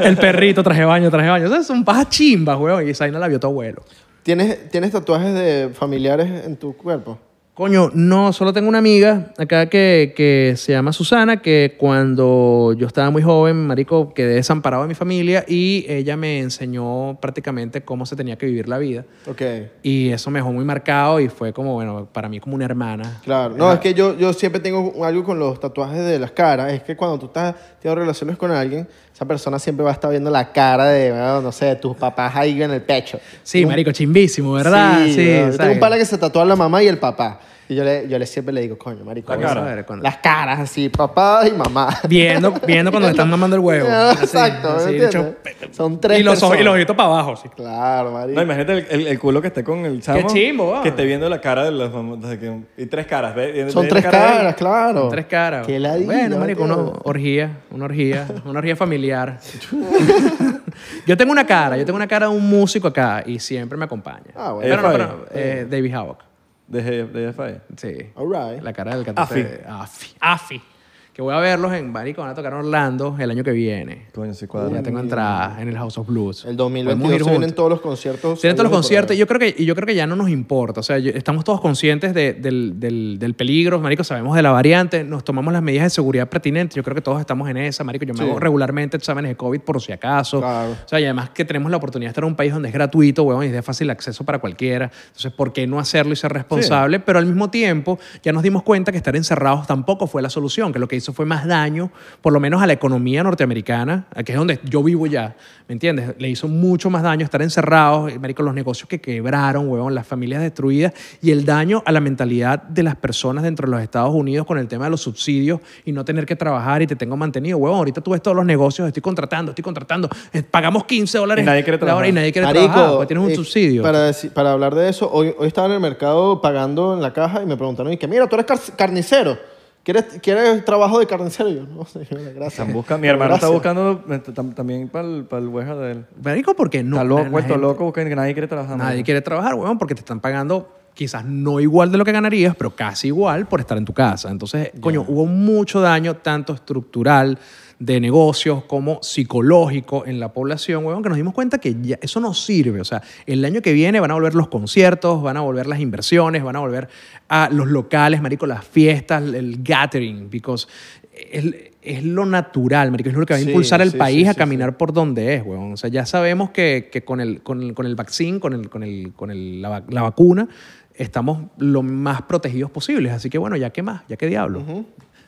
S3: El perrito, traje de baño, traje de baño. ¿sabes? Son pajas chimbas, weón, y esa no la vio tu abuelo.
S2: ¿Tienes, ¿Tienes tatuajes de familiares en tu cuerpo?
S3: Coño, no, solo tengo una amiga acá que, que se llama Susana, que cuando yo estaba muy joven, marico, quedé desamparado de mi familia y ella me enseñó prácticamente cómo se tenía que vivir la vida.
S2: Ok.
S3: Y eso me dejó muy marcado y fue como, bueno, para mí como una hermana.
S2: Claro. No, es que yo, yo siempre tengo algo con los tatuajes de las caras. Es que cuando tú estás teniendo relaciones con alguien, esa persona siempre va a estar viendo la cara de, bueno, no sé, de tus papás ahí en el pecho.
S3: Sí, marico, chimbísimo, ¿verdad? Sí,
S2: yo tengo
S3: ¿sabes?
S2: un pana que se tatúa la mamá y el papá. Y yo le, yo le siempre le digo, coño, marico.
S3: La
S2: vamos a
S3: cara.
S2: ver, coño. Las caras, así, papá y mamá. Ah,
S3: Viendo, viendo cuando le están mamando el huevo. Así,
S2: Exacto, ¿me
S3: así,
S2: entiendes?
S3: hecho-
S2: Son tres
S3: y los ojos- y los
S2: personas.
S3: ojitos para abajo, sí.
S2: Claro,
S1: No,
S2: marico.
S1: imagínate el, el- el culo que esté con el chamo.
S3: chimbo, ah.
S1: Que esté viendo la cara de los famosos. que- Y tres caras. ve- ve-
S2: Son
S1: ve
S2: tres
S1: la cara de él.
S2: caras, claro.
S3: Tres caras.
S2: Qué ladilla,
S3: Bueno,
S2: ¿me
S3: marico, una
S2: entiendes?
S3: orgía, una orgía, una orgía familiar. yo tengo una cara, yo tengo una cara de un músico acá y siempre me acompaña.
S2: Ah, bueno.
S3: Pero no,
S1: Fire.
S3: pero no, eh, David Havoc.
S1: De, G- de E. GFI.
S3: Sí.
S2: All right.
S3: La cara del cantante.
S1: Afi.
S3: de- Afi. Afi. Que voy a verlos en Marico, van a tocar en Orlando el año que viene.
S1: Coño, sí,
S3: Ya
S1: cuadra.
S3: tengo entrada en el House of Blues.
S2: El
S3: Podemos
S2: 2022
S3: ir
S2: se vienen
S3: juntos.
S2: todos los conciertos.
S3: Tienen todos los
S2: sabidos y por
S3: conciertos. y Yo creo que, y yo creo que ya no nos importa. O sea, yo- estamos todos conscientes de- del, del- del peligro, marico. Sabemos de la variante. Nos tomamos las medidas de seguridad pertinentes. Yo creo que todos estamos en esa, marico. Yo me
S2: Sí.
S3: hago regularmente exámenes de COVID por si acaso.
S2: Claro.
S3: O sea, y además que tenemos la oportunidad de estar en un país donde es gratuito, huevón, y es de fácil acceso para cualquiera. Entonces, ¿por qué no hacerlo y ser responsable? Pero al mismo tiempo, ya nos dimos cuenta que estar encerrados tampoco fue la solución, que lo que hizo fue más daño, por lo menos a la economía norteamericana, que es donde yo vivo ya, ¿me entiendes? Le hizo mucho más daño estar encerrados, eh, marico, los negocios que quebraron, huevón, las familias destruidas y el daño a la mentalidad de las personas dentro de los Estados Unidos con el tema de los subsidios y no tener que trabajar y te tengo mantenido, huevón. Ahorita tú ves todos los negocios, estoy contratando, estoy contratando, eh, pagamos 15 dólares
S1: Y nadie quiere
S3: la hora y
S1: trabajar.
S3: nadie quiere
S2: Marico,
S3: trabajar porque tienes un
S2: eh,
S3: subsidio.
S2: Para, deci- para hablar de eso, hoy, hoy estaba en el mercado pagando en la caja y me preguntaron, y que mira, tú eres car- carnicero. ¿Quieres, ¿Quieres trabajo de carnicero? Y yo, no, señora, gracias.
S1: Están buscando- mi hermano está
S2: Gracias.
S1: buscando eh, tam- también para el, para el hueja de él.
S3: Marico, porque no.
S1: está
S3: la-
S1: loco,
S3: la
S1: puesto
S3: gente-
S1: loco, porque nadie quiere trabajar.
S3: Nadie
S1: marico.
S3: quiere trabajar, huevón, porque te están pagando quizás no igual de lo que ganarías, pero casi igual por estar en tu casa. Entonces, coño, hubo mucho daño, tanto estructural de negocios como psicológico en la población, huevón, que nos dimos cuenta que ya eso no sirve. O sea, el año que viene van a volver los conciertos, van a volver las inversiones, van a volver a los locales, marico, las fiestas, el gathering, because es, es lo natural, marico, es lo que va a
S2: Sí,
S3: impulsar al
S2: sí,
S3: país
S2: sí,
S3: a
S2: sí,
S3: caminar
S2: sí.
S3: caminar por donde es, weón. O sea, ya sabemos que, que con, el, con, el, con el vaccine, con, el, con, el, con el- la, vac- la vacuna, estamos lo más protegidos posibles. Así que bueno, ya qué más, ya qué diablo.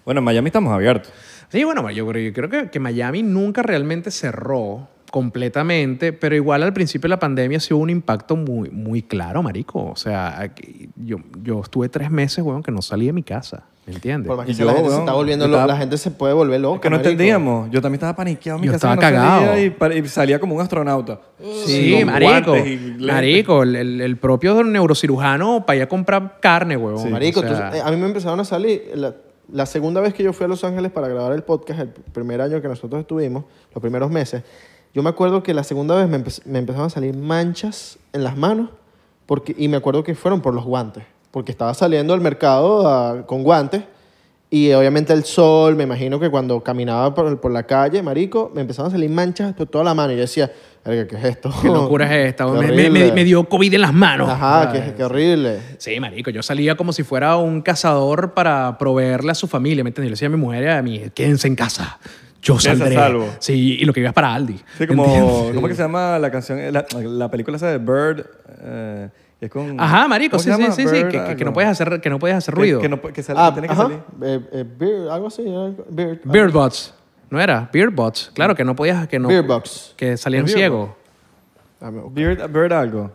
S1: Bueno, en Miami estamos abiertos.
S3: Sí, bueno, yo, creo- yo creo que, que Miami nunca realmente cerró completamente, pero igual al principio de la pandemia sí hubo un impacto muy, muy claro, marico. O sea, aquí- yo, yo estuve tres meses, weón, que no salí de mi casa. ¿Me entiendes?
S2: Por más que
S1: Y
S2: sea, la
S1: yo,
S2: gente se
S1: weón,
S2: está volviendo
S1: yo
S2: loca,
S1: estaba-
S2: la gente se puede volver loca.
S1: que no
S2: marico.
S1: entendíamos. Yo también estaba paniqueado en mi
S3: Yo
S1: casa.
S3: estaba
S1: no salía
S3: cagado.
S1: Y, pare- y salía como un astronauta.
S3: Sí,
S1: Con
S3: marico.
S1: guantes y lentes.
S3: Marico, el, el- el propio neurocirujano para ir a comprar carne, huevón.
S2: Marico,
S3: O
S2: tú-
S3: sea,
S2: eh, a mí me empezaron a salir. La, la segunda vez que yo fui a Los Ángeles para grabar el podcast, el primer año que nosotros estuvimos, los primeros meses, Yo me acuerdo que la segunda vez me, empe- me empezaron a salir manchas en las manos porque, y me acuerdo que fueron por los guantes, porque estaba saliendo al mercado a- con guantes y obviamente el sol, me imagino que cuando caminaba por, por la calle, marico, me empezaron a salir manchas por toda la mano y yo decía, "Verga, ¿qué es esto?
S3: Qué locura es esta.
S2: Qué
S3: Me, me-
S2: ah, horrible".
S3: me- me dio COVID en las manos.
S2: Ajá, qué, qué horrible.
S3: Sí, marico, yo salía como si fuera un cazador para proveerle a su familia, ¿me entiendes? Yo decía a mi mujer y a mí, quédense en casa, yo
S1: Quédense a
S3: saldré.
S1: salvo.
S3: Sí, y lo que iba es para Aldi.
S1: Sí, como,
S3: ¿entiendes?
S1: ¿Cómo que se llama la canción? La, la película esa de Bird. eh, que es con,
S3: Ajá, marico,
S1: ¿cómo
S3: sí,
S1: se
S3: sí,
S1: llama?
S3: sí, sí,
S1: Bird
S3: que, que- que no
S1: algo.
S3: puedes hacer, que no puedes hacer
S1: Que-
S3: ruido.
S1: Que, no, pu- que sale-
S2: Ah,
S1: tiene que
S2: ajá.
S1: salir.
S2: Eh, eh, beer, algo así. era algo- Beer.
S3: Beardbots, ¿no era? Beardbots, claro, que no podías, que no,
S2: Beardbox.
S3: que salían ciegos.
S2: Déjame buscar,
S1: Bird, Bird algo.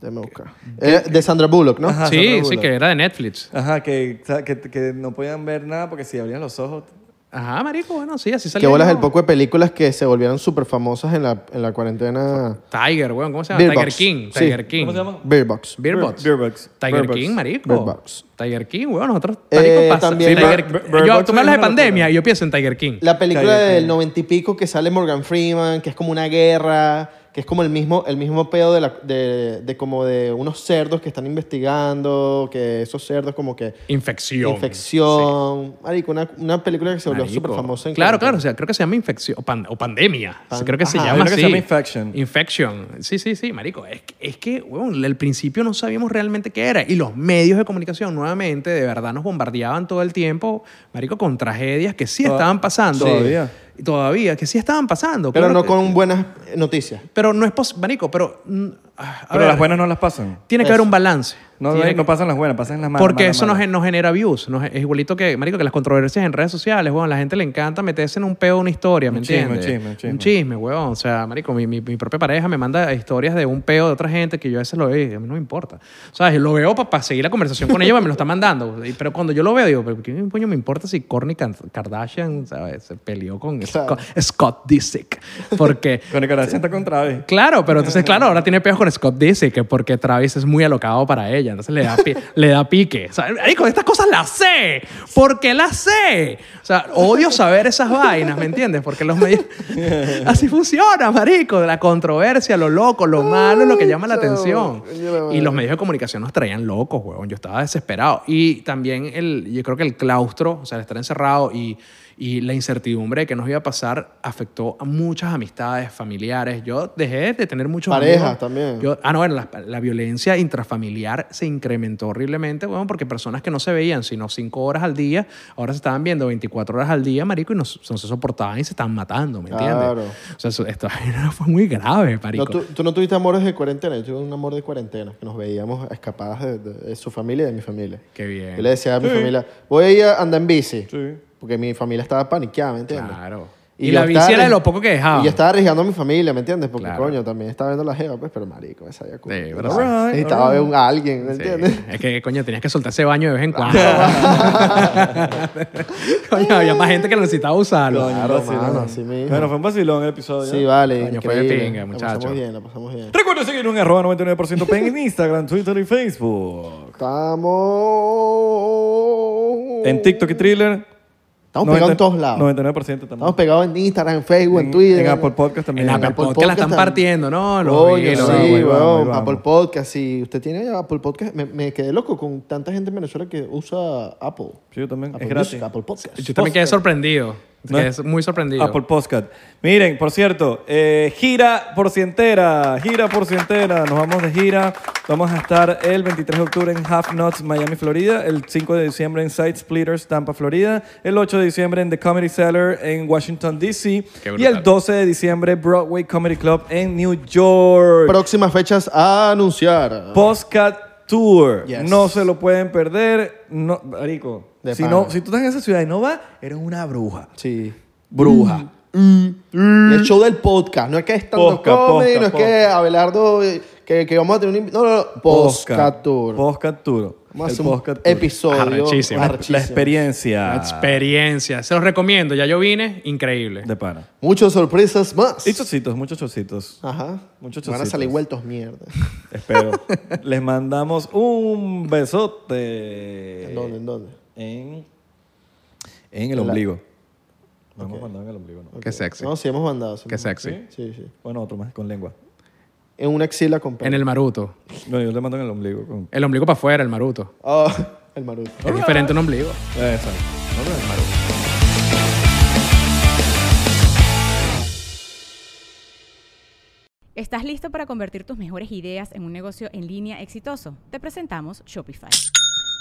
S2: déjame buscar. Eh, de Sandra Bullock, ¿no?
S1: Ajá.
S3: Sí,
S1: Sandra
S3: sí,
S1: Bullock.
S3: que era de Netflix.
S1: Ajá, que, que, que no podían ver nada porque si abrían los ojos.
S3: Ajá, marico, bueno, sí, así
S2: Que
S3: salía.
S2: bolas
S3: yo.
S2: el poco de películas que se volvieron súper famosas en la, en la cuarentena.
S3: Tiger, weón, ¿cómo se llama?
S2: Beardbox.
S3: Tiger King.
S2: Sí.
S3: Tiger King.
S1: ¿Cómo se llama?
S2: Beerbox.
S3: Beardbots.
S1: Beer- Beardbots.
S3: Tiger
S1: Beardbots.
S3: King, marico.
S2: Beardbots.
S3: Tiger King, weón, nosotros
S2: Eh,
S3: marico pasa.
S2: también
S3: Tiger-
S1: Bird- Bird-
S3: yo,
S1: Bird
S3: tú
S1: Box
S3: me hablas
S1: es una
S3: de pandemia
S1: locura.
S3: y yo pienso en Tiger King.
S2: La película
S1: Cállate.
S2: del noventa y pico que sale Morgan Freeman, que es como una guerra, que es como el mismo, el mismo pedo de, la- de, de como de unos cerdos que están investigando, que esos cerdos como que
S3: Infección.
S2: infección. Marico, una, una película que se volvió
S3: Marico.
S2: súper famosa en
S3: Claro, claro, o
S2: cuarentena.
S3: sea, creo que se llama infección o, pan- o pandemia.
S2: Pan-
S3: creo que se
S2: Ajá,
S3: llama
S1: creo que
S3: así.
S1: se llama Infection.
S3: Infection. Sí, sí, sí, marico. Es que, es que weón, al principio no sabíamos realmente qué era y los medios de comunicación nuevamente de verdad nos bombardeaban todo el tiempo, marico, con tragedias que sí
S1: Toda-
S3: estaban pasando.
S1: Todavía.
S3: Sí. Todavía, que sí estaban pasando.
S2: Pero
S3: Claro
S2: no
S3: que-
S2: con buenas noticias.
S3: Pero no es posible, marico, pero... mm, ah, a
S1: Pero
S3: ver,
S1: las buenas no las pasan.
S3: Tiene que
S2: Eso.
S3: haber un balance.
S1: No,
S3: Tiene
S1: no,
S3: que-
S1: no pasan las buenas, pasan las malas.
S3: porque
S1: malas,
S3: eso no
S1: malas.
S3: gen- no genera views. no gen- es igualito que, marico, que las controversias en redes sociales, weón. La gente le encanta meterse en un pedo de una historia, ¿me
S1: Un chisme,
S3: entiendes?
S1: un chisme, un chisme.
S3: Un chisme, weón. O sea, marico, mi, mi- mi propia pareja me manda historias de un peo de otra gente que yo a veces lo veo y a mí no me importa. O sea, yo lo veo para seguir la conversación con ella, pero me lo está mandando. Y- Pero cuando yo lo veo, digo, pero ¿qué coño me importa si Kourtney Kan- Kardashian, ¿sabes? Se peleó con
S2: Claro.
S3: Scott, Scott Disick. Porque...
S1: Con el corazón está con Travis.
S3: Claro, pero entonces, claro, ahora tiene peos con Scott Disick que porque Travis es muy alocado para ella. Entonces le da, pi- le da pique. O sea, marico, estas cosas las sé. ¿Por qué las sé? O sea, odio saber esas vainas, ¿me entiendes? Porque los medios... Así funciona, marico. La controversia, lo loco, lo malo, lo que llama la
S2: chavo,
S3: atención.
S2: coño la madre.
S3: Y los medios de comunicación nos traían locos, huevón. Yo estaba desesperado. Y también el, yo creo que el claustro, o sea, el estar encerrado y, y la incertidumbre de que nos iba a pasar afectó a muchas amistades, familiares. Yo dejé de tener muchos
S2: Parejas
S3: amigos.
S2: también.
S3: Yo- ah, no, bueno, la, la violencia intrafamiliar se incrementó horriblemente, huevón, porque personas que no se veían sino cinco horas al día, ahora se estaban viendo 24 horas al día, marico, y no, se- no se soportaban y se estaban matando, ¿me entiendes?
S2: Claro.
S3: O sea, eso- esto fue muy grave, marico.
S2: No, tú, tú no tuviste amores de cuarentena, yo tuve un amor de cuarentena, que nos veíamos escapadas de, de- de su familia y de mi familia.
S3: Qué bien.
S2: Yo le decía a mi familia, voy a ir a andar en bici,
S1: Sí.
S2: porque mi familia estaba paniqueada, ¿me entiendes?
S3: Claro.
S2: Y
S3: Y,
S2: yo
S3: la
S2: estaba
S3: bici era de
S2: arri-
S3: lo poco que dejaba.
S2: Y yo estaba arriesgando a mi familia, ¿me entiendes? Porque
S3: Claro.
S2: coño, también estaba viendo la jeva, pues, pero marico, me sabía cómo.
S3: Sí, pero
S2: ¿no?
S3: sí.
S1: Alright,
S2: Necesitaba
S1: alright.
S2: ver un- a alguien, ¿me
S3: Sí.
S2: entiendes?
S3: Es que, coño, tenías que soltar ese baño de vez en cuando. coño, había más gente que lo necesitaba usarlo.
S1: Coño,
S2: Claro,
S1: un vacilón.
S2: mano, así mismo.
S1: Bueno, fue un vacilón el episodio.
S2: Sí, vale,
S3: Coño, fue de
S2: increíble.
S3: pinga,
S2: la
S3: muchacho.
S2: pasamos bien, la pasamos bien.
S1: Recuerda seguirnos en arroba 99% pen en Instagram, Twitter y Facebook.
S2: Estamos...
S1: En TikTok y Thriller.
S2: Estamos
S1: 90
S2: pegados en todos lados.
S1: 99% también.
S2: Estamos pegados en Instagram, en Facebook, en, Twitter.
S1: En Apple Podcast también.
S3: En Apple
S2: Apple
S3: Podcast la están
S2: Podcast
S3: partiendo, ¿no? Los
S2: Coño,
S3: vi, los
S2: sí,
S1: vamos,
S3: vi,
S1: ahí
S2: weón.
S1: vamos, ahí vamos.
S2: Apple Podcast. Si usted tiene Apple Podcast, me, me quedé loco con tanta gente en Venezuela que usa Apple.
S1: Sí, yo también.
S2: Apple
S1: es gratis.
S2: Music, Apple Podcast.
S3: Yo también quedé sorprendido.
S1: No.
S3: Quedé muy sorprendido.
S1: Apple Podcast. Miren, por cierto, eh, gira por cientera, gira por cientera. Nos vamos de gira. Vamos a estar el 23 de octubre en Half Nuts, Miami, Florida. El 5 de diciembre en Side Splitters, Tampa, Florida. El 8 de diciembre en The Comedy Cellar en Washington, D.C.
S3: Qué
S1: Y el
S3: brutal.
S1: 12 de diciembre Broadway Comedy Club en New York.
S2: Próximas fechas a anunciar.
S1: Postcat Tour.
S2: Yes.
S1: No se lo pueden perder. No, marico,
S2: De
S1: si,
S2: pana.
S1: no, si tú estás en esa ciudad y no vas, eres una bruja.
S2: sí. Mm,
S1: Bruja.
S2: El show del podcast. No es que es tanto
S1: Podcast,
S2: comedy,
S1: podcast,
S2: no es que Abelardo, eh, que, que vamos a tener un... invi- No, no, no. Podcast tour.
S1: Postcat Tour.
S2: Vamos a
S1: El
S2: hacer un
S1: Postcat Tour.
S2: episodio.
S3: Arrechísimo.
S1: La
S2: arrechísimo.
S1: experiencia.
S3: La experiencia. Se los recomiendo. Ya yo vine. Increíble.
S1: De pana.
S2: Muchas sorpresas más.
S1: Y chocitos, muchos chocitos.
S2: Ajá.
S1: Muchos
S2: Van a
S1: chocitos.
S2: salir
S3: pues.
S2: vueltos mierda.
S1: Espero. Les mandamos un besote.
S2: ¿En dónde? ¿En dónde?
S1: En, en el
S2: En la-
S1: ombligo. No hemos mandado en el ombligo, no.
S2: Ok.
S3: Qué sexy.
S2: No, sí hemos mandado. sí
S3: Qué
S2: hemos mandado.
S3: sexy.
S2: Sí, sí.
S1: Bueno, otro más, con lengua.
S2: En una axila con pelo.
S3: En el maruto.
S1: No, yo le mando en el ombligo. Con...
S3: El ombligo para afuera, el maruto.
S2: Oh, el maruto.
S3: Es diferente un ombligo.
S1: Exacto. No, pero en el maruto.
S5: ¿Estás listo para convertir tus mejores ideas en un negocio en línea exitoso? Te presentamos Shopify.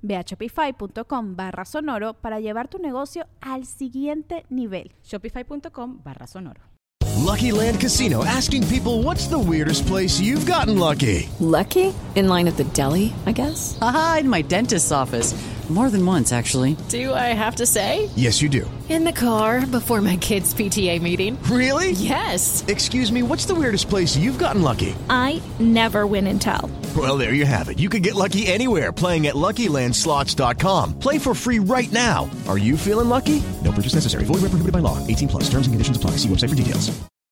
S6: Ve a shopify.com barra sonoro para llevar tu negocio al siguiente nivel.
S5: Shopify.com barra sonoro.
S7: Lucky Land Casino asking people what's the weirdest place you've gotten lucky?
S8: Lucky? In line at the deli, I guess?
S9: Aha, in my dentist's office. More than once, actually.
S8: Do I have to say?
S7: Yes, you do.
S8: In the car before my kids' PTA meeting.
S7: Really?
S8: Yes.
S7: Excuse me, what's the weirdest place you've gotten lucky?
S6: I never win and tell.
S7: Well, there you have it. You can get lucky anywhere playing at LuckyLandSlots.com. Play for free right now. Are you feeling lucky? No purchase necessary. Void where prohibited by law. 18 plus. Terms and conditions apply. See website for details.